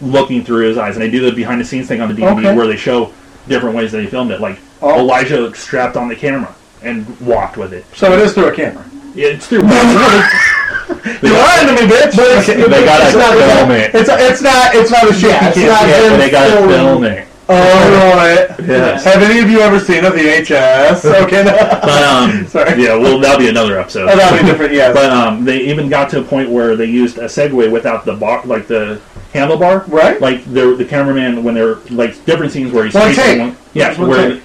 S5: looking through his eyes, and they do the behind the scenes thing on the DVD
S3: Okay.
S5: where they show different ways they filmed it. Like
S3: Oh.
S5: Elijah strapped on the camera and walked with it.
S3: So it is through a camera.
S5: It's through. they
S3: You're lying to me, bitch! But it's,
S5: they gotta
S3: it's not,
S5: film it.
S3: It's, it's not, it's not a shit.
S4: Yeah,
S3: you
S4: it's
S3: can't
S4: not
S3: see.
S5: yeah,
S4: him
S5: they got to
S4: filming.
S5: film it.
S3: Oh, right.
S5: Yes.
S3: Have any of you ever seen a VHS? Okay, no.
S5: But um,
S3: Sorry.
S5: yeah, well, that'll be another episode.
S3: Oh, that'd be different, yes.
S5: But um, they even got to a point where they used a Segway without the bar, like the handlebar.
S3: Right.
S5: Like the the cameraman when they're like different scenes where he's
S3: One
S5: chasing
S3: take.
S5: one, yeah,
S3: Just one
S5: where
S3: take.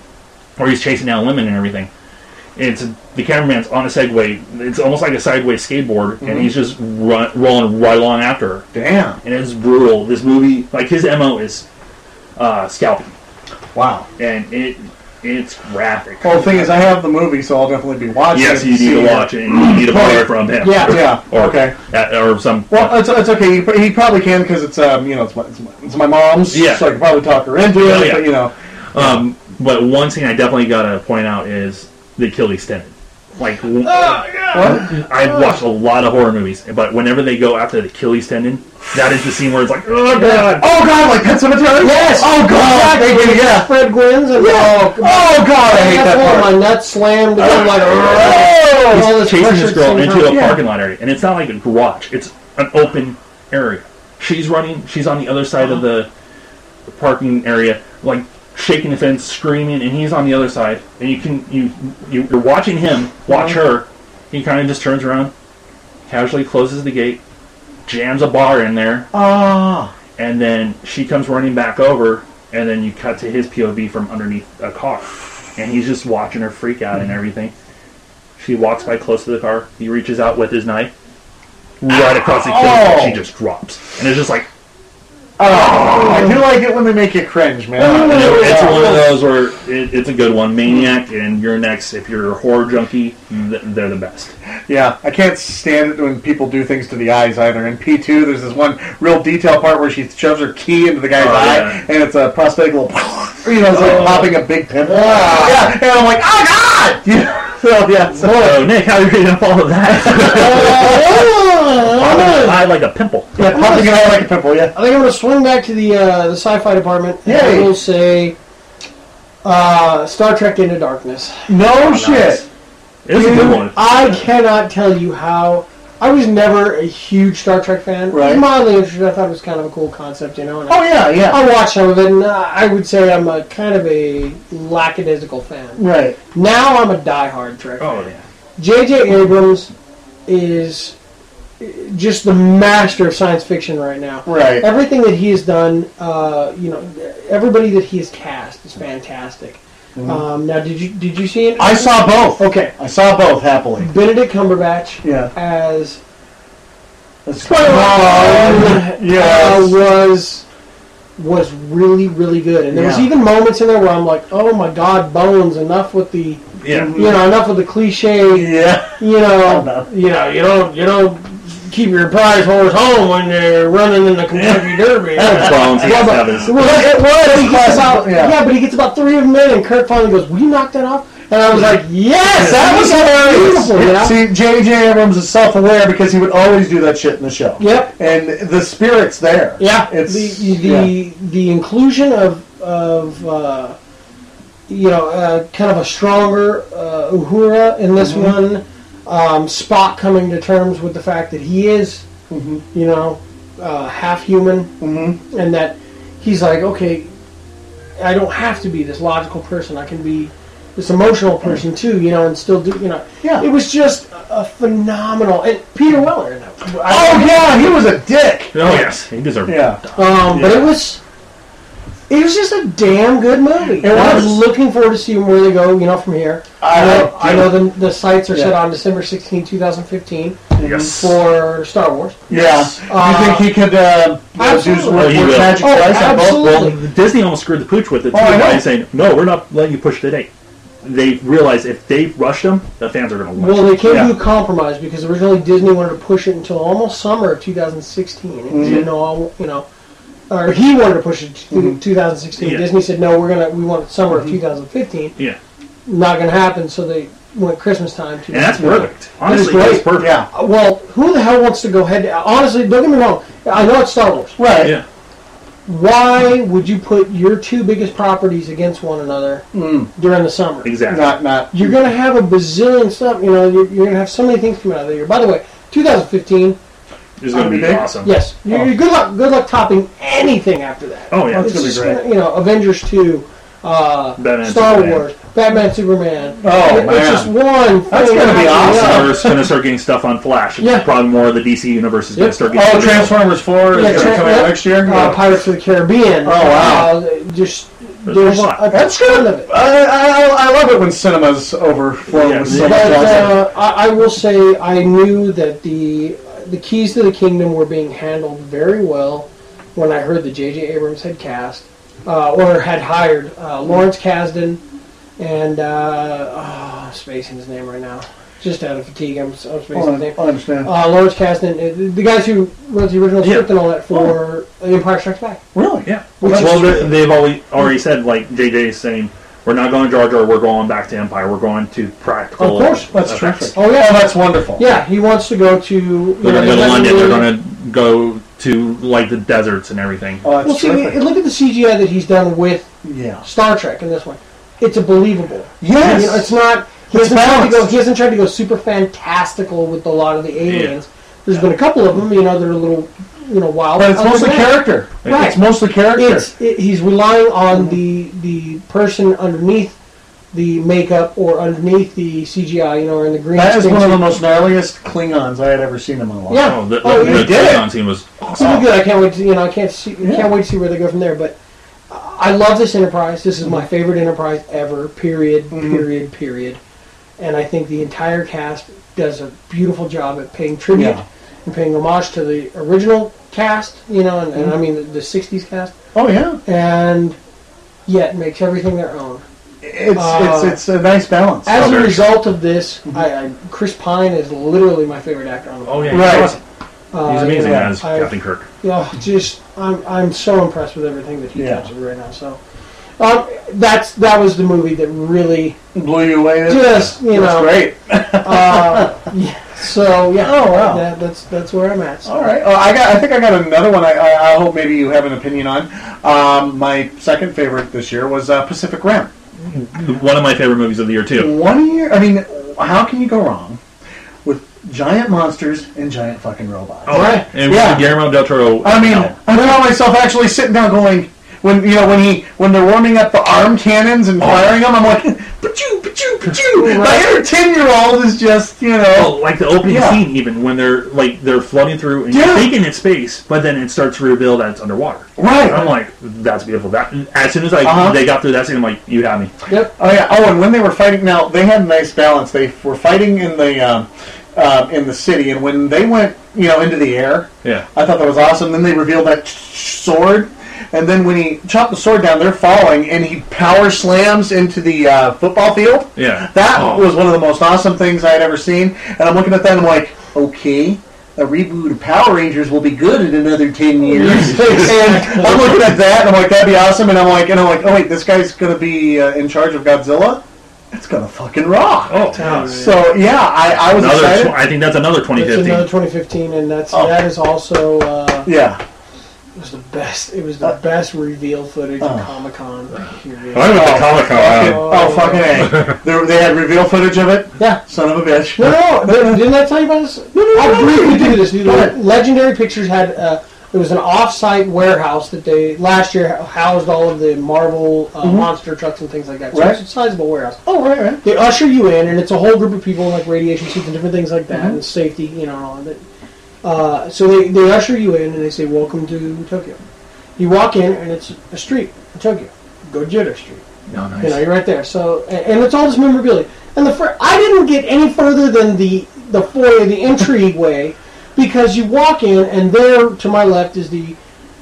S5: where he's chasing down women and everything. It's the cameraman's on a Segway. It's almost like a sideways skateboard,
S3: Mm-hmm.
S5: and he's just run, rolling right along after her.
S3: Damn.
S5: And it's brutal. This movie, like his mo is uh, scalping,
S3: Wow.
S5: and it it's graphic.
S3: Well, the thing is, I have the movie, so I'll definitely be watching
S5: Yes,
S3: it.
S5: you
S3: Oh,
S5: need
S3: see
S5: to
S3: it.
S5: watch it. and You need to borrow it from him.
S4: Yeah.
S3: Yeah,
S5: Or,
S3: okay.
S5: uh, or some.
S3: Well, it's, it's okay. He, pr- he probably can because it's um you know it's my, it's my, it's my mom's.
S5: Yeah.
S3: So I can probably talk her into
S5: Oh,
S3: it.
S5: yeah.
S3: But you know,
S5: um, but one thing I definitely gotta point out is the Achilles tendon. Like, w-
S3: Ah!
S5: I've watched a lot of horror movies, but whenever they go after the Achilles tendon, that is the scene where it's like, oh god.
S3: oh god, like Pet Cemetery.
S4: Yes.
S3: Oh god.
S4: Exactly.
S3: Thank you. Yeah.
S4: Fred Gwynn's and
S3: Oh, oh god, I hate
S4: that's
S3: that
S4: one
S3: part.
S4: of my nuts slammed. and I'm like,
S3: Oh,
S4: all this
S5: chasing
S4: pressure
S5: this
S4: at
S5: girl
S4: the same
S5: into a
S4: time. Yeah.
S5: parking lot area, and it's not like a garage; it's an open area. She's running. She's on the other side of
S4: Uh-huh.
S5: the parking area, like shaking the fence, screaming, and he's on the other side. And you can you, you you're watching him watch
S4: Uh-huh.
S5: her. He kind of just turns around, casually closes the gate, jams a bar in there,
S3: Ah.
S5: and then she comes running back over, and then you cut to his POV from underneath a car, and he's just watching her freak out
S3: Hmm.
S5: and everything. She walks by close to the car. He reaches out with his knife, right across the kitchen,
S3: Oh!
S5: and she just drops, and it's just like
S3: I do like it when they make you cringe, man.
S5: and it- it's one of those where it, it's a good one. Maniac and you're next. If you're a horror junkie, th- they're the best.
S3: Yeah, I can't stand it when people do things to the eyes either. In P two, there's this one real detail part where she shoves her key into the guy's
S5: Oh,
S3: eye,
S5: yeah.
S3: and it's a prosthetic little, you know, it's like popping a big pimple. Oh. Yeah, and I'm like, oh god. You know, so yeah, so,
S5: So Nick, how are you gonna follow that? I like a pimple.
S3: yeah, popping an eye like a pimple. Yeah.
S4: I think I'm going to swing back to the uh, the sci-fi department. And
S3: Yay.
S4: I will say, uh, Star Trek Into Darkness.
S3: No shit.
S5: It's a good one.
S3: Uh,
S4: I cannot tell you how. I was never a huge Star Trek fan. I
S3: Right.
S4: was mildly interested. I thought it was kind of a cool concept, you know. And
S3: Oh
S4: I,
S3: yeah, yeah.
S4: I watched some of it, and uh, I would say I'm a kind of a lackadaisical fan.
S3: Right.
S4: Now I'm a diehard Trek.
S5: Oh yeah.
S4: J.J. Abrams is just the master of science fiction right now.
S3: Right.
S4: Everything that he has done, uh, you know, everybody that he has cast is fantastic. Um, now, did you did you see it?
S3: Mm-hmm. I saw both.
S4: Okay,
S3: I saw both happily.
S4: Benedict Cumberbatch
S3: Yeah.
S4: as
S3: That's
S4: Spider-Man
S3: Oh, yes.
S4: was was really really good, and there was
S3: Yeah.
S4: even moments in there where I'm like, oh my god, Bones, enough with the
S5: Yeah.
S4: you know enough with the cliche.
S3: Yeah.
S4: you
S3: Oh,
S4: know,
S3: no.
S4: you know, you don't, you don't keep your prize horse home when they're running in the Kentucky Derby.
S5: That's Bones. He has to have his-
S4: Well, it was. He gets about, yeah.
S3: Yeah.
S4: but he gets about three of them in, and Kirk finally goes, "Will you knock that off?" And I was like, "Yes, that was beautiful." You know?
S3: See, J.J. Abrams is self-aware because he would always do that shit in the show.
S4: Yep.
S3: And the spirit's there.
S4: Yeah,
S3: It's
S4: the the,
S3: yeah.
S4: the inclusion of of uh, you know uh, kind of a stronger uh, Uhura in this
S3: Mm-hmm.
S4: one. Um, Spock coming to terms with the fact that he is,
S3: Mm-hmm.
S4: you know, uh, half human, mm-hmm. and that he's like, okay, I don't have to be this logical person. I can be this emotional person too, you know, and still do, you know.
S3: Mm-hmm. Yeah.
S4: It was just a a phenomenal, and Peter Weller. in that- I-
S3: Oh yeah, he was a dick.
S5: Oh yes, he deserved. it.
S3: Yeah.
S4: um, But
S3: Yeah.
S4: it was, it was just a damn good movie. And
S3: was.
S4: I'm looking forward to seeing where they go. You know, from here.
S3: I
S4: know,
S3: hope
S4: I
S3: too.
S4: know the, the sites are set
S3: Yeah.
S4: on December 16, 2015,
S5: Yes.
S4: for Star Wars.
S5: Yes.
S3: Mm-hmm. Yeah. you think he could uh, uh, do some
S4: absolutely.
S3: work
S5: Oh, he
S3: with
S5: will.
S3: magic
S4: Oh,
S3: twice on both?
S5: Well,
S4: Absolutely.
S5: Disney almost screwed the pooch with it too
S3: Oh, I
S5: by
S3: know.
S5: saying, "No, we're not letting you push the date." They realized if they rushed them, the fans are going to
S4: Well,
S5: lose.
S4: they came
S5: Yeah.
S4: to a compromise because originally Disney wanted to push it until almost summer of 2016. And didn't know, you know, or he wanted to push it to 2016.
S5: Yeah.
S4: Disney said no, we're gonna we want it summer of 2015.
S5: Yeah,
S4: Not gonna happen. So they went Christmas time.
S5: and that's
S4: 2015.
S5: perfect. Honestly,
S4: great.
S5: that's perfect.
S3: Yeah.
S4: Uh, Well, who the hell wants to go head? To, honestly, don't get me wrong. I know it's Star Wars.
S3: Right.
S5: Yeah.
S4: Why would you put your two biggest properties against one another
S3: Hmm.
S4: during the summer?
S5: Exactly.
S3: Not not.
S4: You're going to have a bazillion stuff. You know, you're, you're going to have so many things coming out of the year. By the way, 2015.
S5: It's going to be
S3: Okay.
S5: awesome.
S4: Yes,
S3: Oh.
S4: you you good luck. Good luck topping anything after that.
S5: Oh yeah.
S3: That's
S4: it's
S3: gonna be
S4: just
S3: great.
S4: gonna- you know, Avengers two, uh,
S5: Batman,
S4: Star
S5: Superman.
S4: Wars, Batman, Superman.
S3: Oh,
S4: It- It's
S3: man.
S4: just one.
S3: That's
S4: thing
S3: gonna be
S4: after
S3: awesome.
S4: another.
S5: We're going to start getting stuff on Flash. and
S4: Yeah.
S5: Probably more of the DC universe is going
S4: Yep.
S5: to start getting.
S3: Oh, Transformers Four is
S4: Yeah,
S3: going
S4: Tran-
S3: to come out
S4: yep.
S3: next year.
S4: uh, Pirates of the Caribbean.
S3: Oh, wow.
S4: Uh, just
S5: There's
S4: there's,
S5: a
S4: a,
S5: lot.
S4: that's ton of it.
S3: I, I, I love it when cinema's overflow
S5: Yeah,
S3: with so
S5: yeah.
S3: much
S4: But
S3: awesome.
S4: uh, I, I will say, I knew that the the keys to the kingdom were being handled very well when I heard that J.J. Abrams had cast uh, or had hired uh, Lawrence Kasdan and uh, oh, I'm spacing his name right now. Just out of fatigue, I'm, I'm spacing
S3: Oh,
S4: his name.
S3: I understand.
S4: Uh, Lawrence Kasdan, uh, the guys who wrote the original
S5: Yeah.
S4: script and all that for
S3: Oh.
S4: Empire Strikes Back.
S3: really?
S5: Yeah.
S4: Which is-
S5: well, they- they've always already said like JJ is saying, we're not going to Jar Jar. We're going back to Empire. We're going to practical.
S4: Of course,
S3: That's
S5: effects.
S3: terrific.
S4: Oh, yeah.
S3: Oh, that's wonderful.
S4: Yeah, he wants to go to. you
S5: They're
S4: know,
S5: going to go to
S4: he's
S5: London. They're
S4: really-
S5: going to go to like the deserts and everything.
S3: Oh, that's
S4: Well, see,
S3: terrific.
S4: look at the CGI that he's done with
S3: yeah.
S4: Star Trek in this one. It's a believable.
S3: Yes.
S4: You know, it's not. He
S3: It's
S4: hasn't, tried to go,
S3: balanced.
S4: he hasn't tried to go super fantastical with a lot of the aliens. There's been a couple of them, you know, that are a little, you know, wild.
S3: But it's
S4: Other
S3: mostly
S4: than that,
S3: character.
S4: Right.
S3: It's mostly character. Mm-hmm.
S4: It's it, he's relying on the the person underneath the makeup or underneath the CGI, you know, or in the green.
S3: that is
S4: screen
S3: one of the most
S4: suit.
S3: gnarliest Klingons I had ever seen in my life.
S4: Yeah.
S5: Oh, the,
S4: Oh, yeah.
S5: the, the
S3: They did it.
S5: Klingon scene was
S4: It's gonna be good. I can't wait. To, you know, I can't see. Can't wait to see where they go from there. But I love this enterprise. This is
S5: Mm-hmm.
S4: my favorite enterprise ever. Period. Period. Period. And I think the entire cast does a beautiful job at paying tribute
S3: Yeah.
S4: and paying homage to the original cast. You know, and,
S5: Mm-hmm.
S4: and I mean the, the '60s cast,
S3: Oh yeah.
S4: and yet makes everything their own.
S3: It's
S4: Uh,
S3: it's it's a nice balance.
S4: As a
S5: very Mm-hmm.
S4: result of this, I, I, Chris Pine is literally my favorite actor on the
S5: Oh yeah,
S3: Right.
S5: he's awesome. He's
S4: Uh,
S5: amazing
S3: yeah,
S5: as
S4: I-
S5: Captain Kirk.
S4: Yeah, just I'm I'm so impressed with everything that he
S3: Yeah.
S4: touches right now. So, um, that's that was the movie that really
S3: Blew you away.
S4: just you
S3: That's
S4: know.
S3: great.
S4: Uh, yeah. So yeah.
S3: Oh, wow.
S4: That, that's that's where I'm at. So.
S3: All right. Oh, I got. I think I got another one. I, I, I hope maybe you have an opinion on. Um, my second favorite this year was uh, Pacific Rim.
S5: One of my favorite movies of the year too.
S3: One year. I mean, how can you go wrong with giant monsters and giant fucking robots?
S5: Oh,
S4: Right.
S5: and
S3: Yeah.
S5: Guillermo del Toro.
S3: I mean,
S5: no.
S3: I found myself actually sitting down
S5: Oh.
S3: going, when you know when he when they're warming up the arm cannons and firing them, I'm like, but you, but pachoo, pachoo. My inner ten year old is just you know.
S5: Well, oh, like the opening
S3: Yeah.
S5: scene, even when they're like they're floating through and
S3: Yeah.
S5: you're thinking it's space, but then it starts to reveal that it's underwater.
S3: Right.
S5: I'm like, that's beautiful. That as soon as I
S3: Uh-huh.
S5: they got through that scene, I'm like, you have me.
S4: Yep.
S3: Oh yeah. Oh, and when they were fighting, now they had a nice balance. They were fighting in the um, uh, in the city, and when they went, you know, into the air,
S5: Yeah.
S3: I thought that was awesome. Then they revealed that sword, and then when he chopped the sword down, they're falling, and he power slams into the uh, football field.
S5: Yeah.
S3: That
S5: Oh.
S3: was one of the most awesome things I had ever seen. And I'm looking at that, and I'm like, okay. A reboot of Power Rangers will be good in another ten years. and I'm looking at that, and I'm like, that'd be awesome. And I'm like, and I'm like, oh wait, this guy's gonna be uh, in charge of Godzilla. That's gonna fucking rock.
S5: Oh,
S3: So yeah, I, I was
S5: another.
S3: excited.
S5: Tw- I think that's another
S4: That's
S5: 2015.
S4: another 2015, and that's
S3: Oh.
S4: that is also uh,
S3: yeah.
S4: it was the best. It was the
S3: Uh,
S4: best reveal footage
S3: Oh.
S4: of Comic Con.
S5: I went
S3: Oh,
S5: to Comic
S3: Fucking-
S5: Con.
S3: oh, fucking a! they, they had reveal footage of it.
S4: Yeah.
S3: Son of a bitch.
S4: No, no, no, didn't I tell you about this? No,
S3: no,
S4: I
S3: no,
S4: briefly
S3: no.
S4: do this.
S3: Go ahead.
S4: Legendary Pictures had uh, it was an off-site warehouse that they last year housed all of the Marvel uh, monster trucks and things like that. So
S3: Right.
S4: it's a sizable warehouse.
S3: Oh right, right.
S4: They usher you in, and it's a whole group of people like radiation suits and different things like that, and safety, you know, and all of it. Uh, so they, they usher you in, and they say, "Welcome to Tokyo." You walk in, and it's a street in Tokyo. Go Jitter Street.
S3: Oh,
S5: No,
S4: You know,
S5: nice.
S4: you're right there. So, and, and it's all this memorabilia. And the fir- I didn't get any further than the the foyer, the entryway, because you walk in, and there to my left is the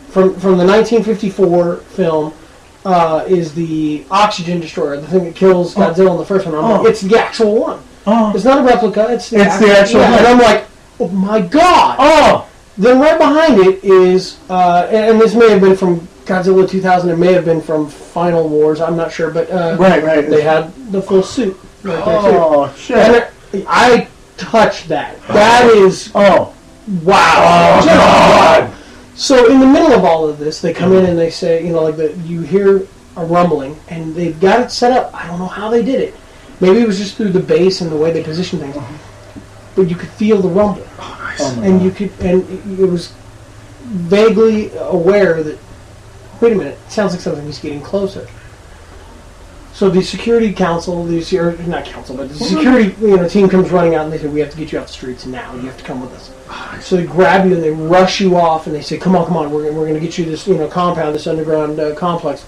S4: from from the 1954 film uh, is the oxygen destroyer, the thing that kills Godzilla in the first one. I'm like,
S3: Oh.
S4: it's the actual one.
S3: Oh.
S4: It's not a replica. It's the,
S3: It's the actual
S4: yeah,
S3: one.
S4: And I'm like, oh my god.
S3: Oh.
S4: Then right behind it is, uh, and, and this may have been from Godzilla 2000. It may have been from Final Wars. I'm not sure, but uh,
S3: Right, right.
S4: they had the full suit. Right there, too.
S3: Oh shit.
S4: And it- I touched that. That is
S3: oh.
S4: wow. Just wow. So in the middle of all of this, they come in and they say, you know, like the, you hear a rumbling, and they've got it set up. I don't know how they did it. Maybe it was just through the bass and the way they positioned things, but you could feel the rumble
S3: Oh, my
S4: and
S3: God.
S4: you could and it- it was vaguely aware that wait a minute it sounds like something's getting closer so the security council the se- or not council but the security you know team comes running out and they say we have to get you off the streets now you have to come with us so they grab you and they rush you off and they say come on come on we're, we're going to get you this you know compound this underground uh, complex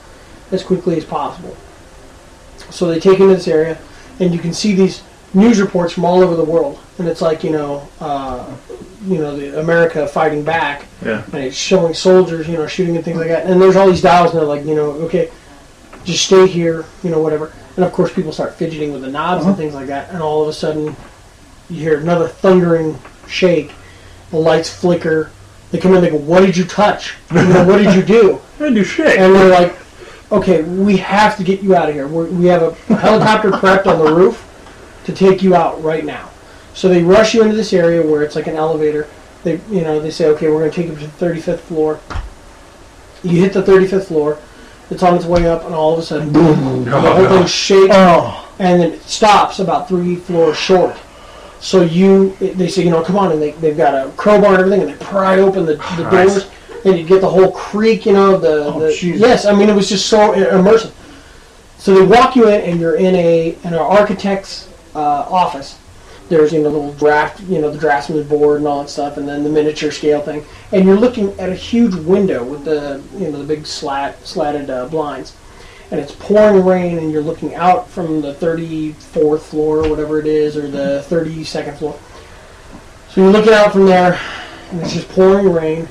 S4: as quickly as possible so they take you into this area and you can see these news reports from all over the world and it's like you know uh, you know, the America fighting back,
S5: Yeah.
S4: and it's showing soldiers, you know, shooting and things like that. And there's all these dials, and they're like, you know, okay, just stay here, you know, whatever. And of course, people start fidgeting with the knobs and things like that. And all of a sudden, you hear another thundering shake. The lights flicker. They come in. They go, "What did you touch? You know, what did you do?"
S5: I do shit.
S4: And they're like, okay, we have to get you out of here. We're, we have a helicopter prepped on the roof to take you out right now. So they rush you into this area where it's like an elevator. They, you know, they say, okay, we're going to take you to the 35th floor. You hit the 35th floor. It's on its way up, and all of a sudden, boom, the whole thing shakes
S3: Oh.
S4: and then it stops about three floors short. So you, they say, you know, come on, and they, they've got a crowbar and everything, and they pry open the, the doors, and you get the whole creak, you know, the,
S3: Oh,
S4: the
S3: Jesus.
S4: yes, I mean, it was just so i- immersive. So they walk you in, and you're in a in an architect's uh, office. There's you know the little draft, you know, the draftsman's board and all that stuff, and then the miniature scale thing, and you're looking at a huge window with the you know the big slat slatted uh, blinds and it's pouring rain and you're looking out from the 34th floor or whatever it is or the 32nd floor so you're looking out from there and it's just pouring rain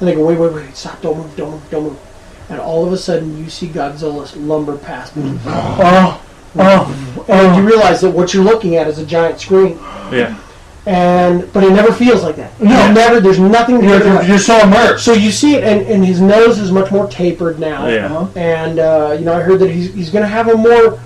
S4: and they go wait wait wait stop don't move don't move don't move and all of a sudden you see godzilla lumber past me
S3: Oh. Oh.
S4: and you realize that what you're looking at is a giant screen
S5: Yeah.
S4: and but it never feels like that
S3: No.
S4: It never there's nothing
S3: You're,
S4: there.
S3: you're, you're so immersed.
S4: so you see it and, and his nose is much more tapered now
S5: Yeah.
S4: and uh, you know I heard that he's, he's going to have a more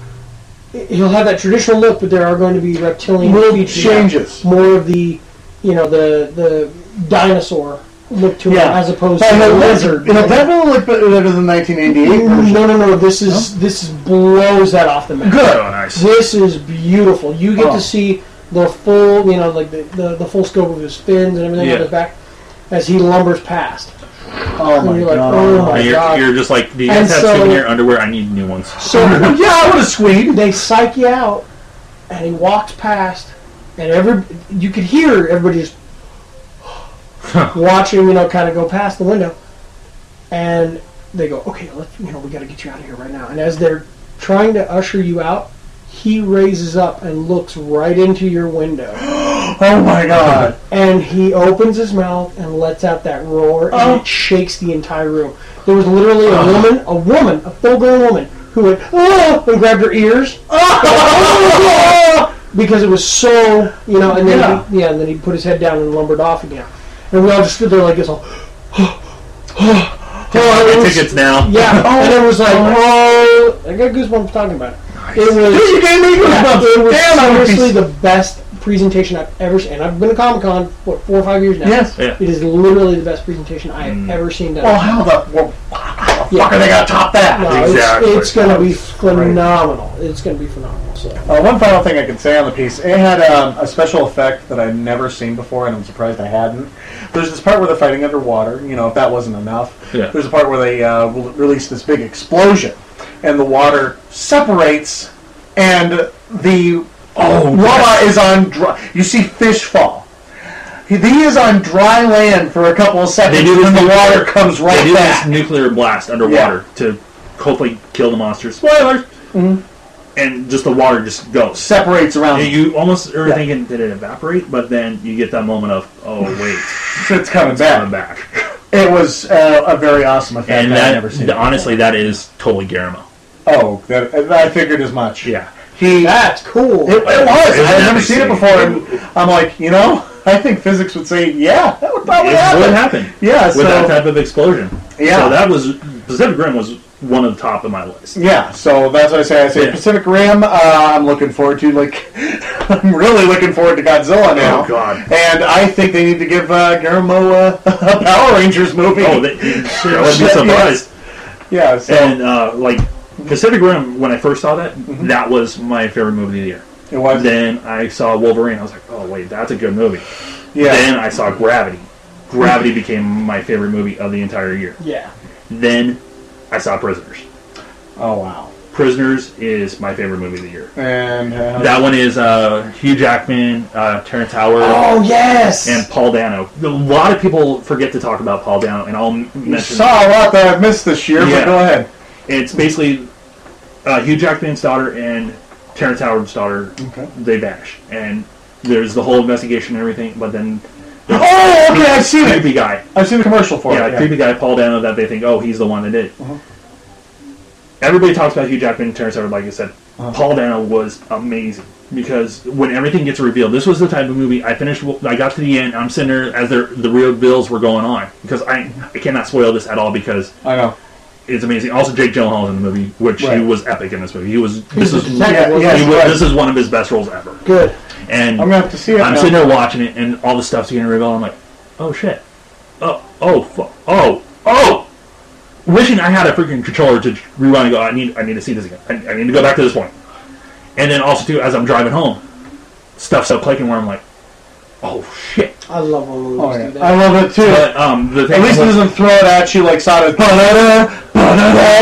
S4: he'll have that traditional look, but there are going to be reptilian
S3: Little
S4: features.
S3: changes.
S4: more of the you know the the dinosaur look to him
S3: Yeah.
S4: as opposed to
S3: Oh,
S4: the
S3: no,
S4: lizard.
S3: It'll definitely look better than the 1988 version.
S4: Mm, no, no, no. This is this is blows that off the map.
S5: Oh, nice.
S4: This is beautiful. You get
S3: Oh.
S4: to see the full, you know, like the, the, the full scope of his fins and everything
S5: Yeah.
S4: on his back as he lumbers past.
S3: Oh my
S4: you're like,
S3: god.
S4: oh my
S5: And you're,
S4: god.
S5: you're just like, do you
S4: And
S5: guys have
S4: so-
S5: souvenir underwear? I need new ones.
S4: So
S3: yeah, I want a Swede.
S4: they psych you out, and he walks past, and every you could hear everybody just watching, you know, kind of go past the window, and they go, "Okay, let's, you know, we got to get you out of here right now." And as they're trying to usher you out, he raises up and looks right into your window.
S3: Oh my
S4: Uh,
S3: god.
S4: And he opens his mouth and lets out that roar, and it shakes the entire room. There was literally a woman, a woman, a full-grown woman, who went, oh, and grabbed her ears. "Ah!" because it was so, you know, and then, He, yeah, and then he put his head down and lumbered off again. And we all just stood there like this, all,
S5: I get tickets now.
S4: yeah, and it was like, oh, I got goosebumps talking about it. It was,
S3: You gave me
S4: yeah,
S3: goosebumps.
S4: it was
S3: Damn, I would be-
S4: seriously the best presentation I've ever seen. And I've been to Comic Con what four or five years now.
S3: Yes.
S5: Yeah.
S4: It is literally the best presentation I have ever seen done.
S3: Well, how the well,
S4: Yeah.
S3: fuck are they gonna top that?
S4: No, it's-
S5: Exactly.
S4: it's, going to be
S3: That's great.
S4: phenomenal. It's going to be phenomenal. So
S3: Uh, one final thing I can say on the piece, it had um, a special effect that I've never seen before, and I'm surprised I hadn't. There's this part where they're fighting underwater. You know, if that wasn't enough,
S5: Yeah.
S3: there's a part where they uh, re- release this big explosion, and the water separates, and the
S5: Oh,
S3: lava is on dry. You see fish fall. He, he is on dry land for a couple of seconds,
S5: do
S3: and
S5: this
S3: the
S5: nuclear-
S3: water comes right
S5: they do
S3: back.
S5: this nuclear blast underwater to hopefully kill the monsters. Spoilers.
S3: Mm-hmm.
S5: And just the water just goes.
S3: separates around.
S5: And you almost are
S3: Yeah.
S5: thinking did it evaporate, but then you get that moment of oh wait,
S3: it's coming
S5: coming
S3: back.
S5: back.
S3: It was uh, a very awesome effect.
S5: And
S3: I've
S5: that
S3: never seen. it.
S5: honestly, that is totally Garamo.
S3: Oh, that, I figured as much.
S5: Yeah.
S3: He. It,
S4: that's cool.
S3: it was. I had never
S5: amazing.
S3: seen it before. And I'm like, you know, I think physics would say, yeah, that would probably
S5: It
S3: happen.
S5: would happen.
S3: Yeah.
S5: with
S3: So.
S5: that type of explosion.
S3: Yeah.
S5: So that was Pacific Rim was one of the top of my list.
S3: Yeah. So that's what I say. I say
S5: Yeah.
S3: Pacific Rim. Uh, I'm looking forward to like. I'm really looking forward to Godzilla now.
S5: Oh, God.
S3: And I think they need to give uh, Guillermo uh, a Power Rangers movie.
S5: Oh, that, I would be
S3: Yes.
S5: surprised.
S3: yeah. So
S5: And uh, like Pacific Rim, when I first saw that,
S3: Mm-hmm.
S5: that was my favorite movie of the year.
S3: it was.
S5: Then I saw Wolverine. I was like, oh wait, that's a good movie.
S3: yeah.
S5: Then I saw Gravity. Gravity became my favorite movie of the entire year.
S4: yeah,
S5: Then I saw Prisoners.
S3: oh wow.
S5: Prisoners is my favorite movie of the year.
S3: And uh,
S5: That one is uh, Hugh Jackman, uh, Terrence Howard,
S4: Oh yes.
S5: and Paul Dano. A lot of people forget to talk about Paul Dano, and I'll m-
S3: you
S5: mention
S3: saw a lot that I've missed this year. But
S5: Yeah.
S3: go ahead.
S5: it's basically uh, Hugh Jackman's daughter and Terrence Howard's daughter.
S3: Okay.
S5: They vanish, and there's the whole investigation and everything. But then
S3: Oh, okay. I've seen it.
S5: creepy guy,
S3: I've seen the commercial for
S5: yeah,
S3: it.
S5: creepy guy Paul Dano that they think, oh, he's the one that did. it.
S3: Uh-huh.
S5: Everybody talks about Hugh Jackman and Terrence Howard, like I said.
S3: Uh-huh.
S5: Paul Dano was amazing because when everything gets revealed, this was the type of movie I finished. I got to the end. I'm sitting there as their- the real bills were going on because I I cannot spoil this at all because
S3: I know.
S5: it's amazing. Also, Jake Gyllenhaal is in the movie, which
S3: Right.
S5: he was epic in this movie. He was this
S4: a
S5: is
S4: detective,
S5: he
S3: wasn't he?
S5: was- this is one of his best roles ever.
S4: good.
S5: And
S3: I'm gonna have to see it.
S5: I'm
S3: now.
S5: sitting there watching it, and all the stuff's getting revealed. I'm like, oh shit, oh oh fu- oh oh, wishing I had a freaking controller to rewind and go. I need I need to see this again. I, I need to go back to this point. And then also too, as I'm driving home, stuff's up clicking where I'm like, oh shit.
S4: I love when movies
S3: Oh,
S4: do
S3: yeah.
S4: that.
S3: I love it too.
S5: But um, the thing
S3: At least it
S5: was-
S3: doesn't throw it at you like Sada.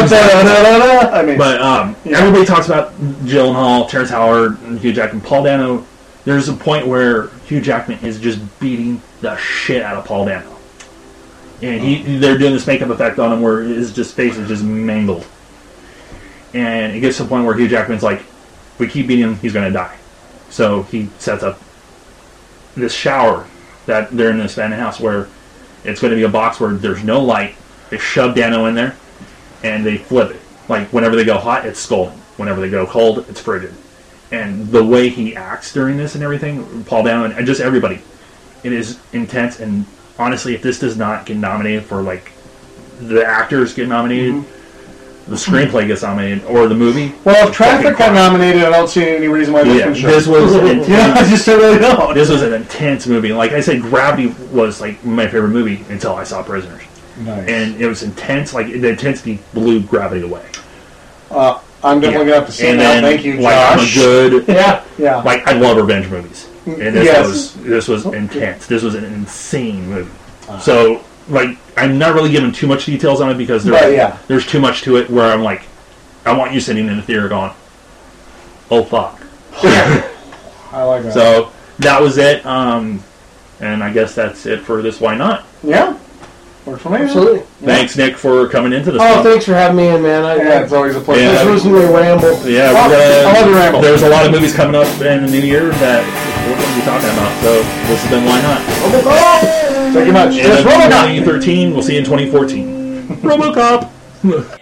S3: I mean,
S5: But um, everybody talks about Gyllenhaal, Terrence Howard, and Hugh Jackman, Paul Dano. There's a point where Hugh Jackman is just beating the shit out of Paul Dano, and he they're doing this makeup effect on him where his just face is just mangled, and it gets to the point where Hugh Jackman's like, if "We keep beating him, he's gonna die," so he sets up this shower that they're in this abandoned house where it's going to be a box where there's no light. They shove Dano in there, and they flip it. Like whenever they go hot, it's scalding. Whenever they go cold, it's frigid. And the way he acts during this and everything, Paul Dano and just everybody, it is intense. And honestly, if this does not get nominated for like the actors get nominated, the screenplay gets nominated, or the movie,
S3: well, if Traffic got
S5: fucking-
S3: nominated, I don't see any reason why this
S5: yeah,
S3: one should.
S5: this was an intense
S3: yeah, I just really don't.
S5: this was an intense movie. Like I said, Gravity was like my favorite movie until I saw Prisoners,
S3: Nice.
S5: and it was intense. Like the intensity blew Gravity away.
S3: Uh, I'm definitely gonna have to see it
S5: and
S3: now.
S5: then,
S3: Thank you,
S5: like, I'm a
S3: Josh.
S5: good.
S4: yeah.
S3: yeah.
S5: Like I love revenge movies, and this
S3: Yes.
S5: was this was intense. This was an insane movie. So like I'm not really giving too much details on it because there's
S3: Right, yeah.
S5: there's too much to it where I'm like, I want you sitting in the theater going, oh fuck.
S3: I like that.
S5: So that was it. Um, and I guess that's it for this. Why not?
S3: yeah, works for me.
S4: Absolutely.
S5: Thanks, Nick, for coming into this.
S4: Oh,
S5: one.
S4: thanks for having me in, man. I,
S3: Yeah, it's always a pleasure.
S5: Yeah.
S4: This was really ramble.
S5: Yeah,
S4: Oh,
S5: we're
S4: I love your
S5: gonna,
S4: ramble.
S5: there's a lot of movies coming up in the new year that we're going to be talking about. So this has been Why Not?
S3: Thank you much.
S5: And that's 2013. We'll see you in 2014. RoboCop.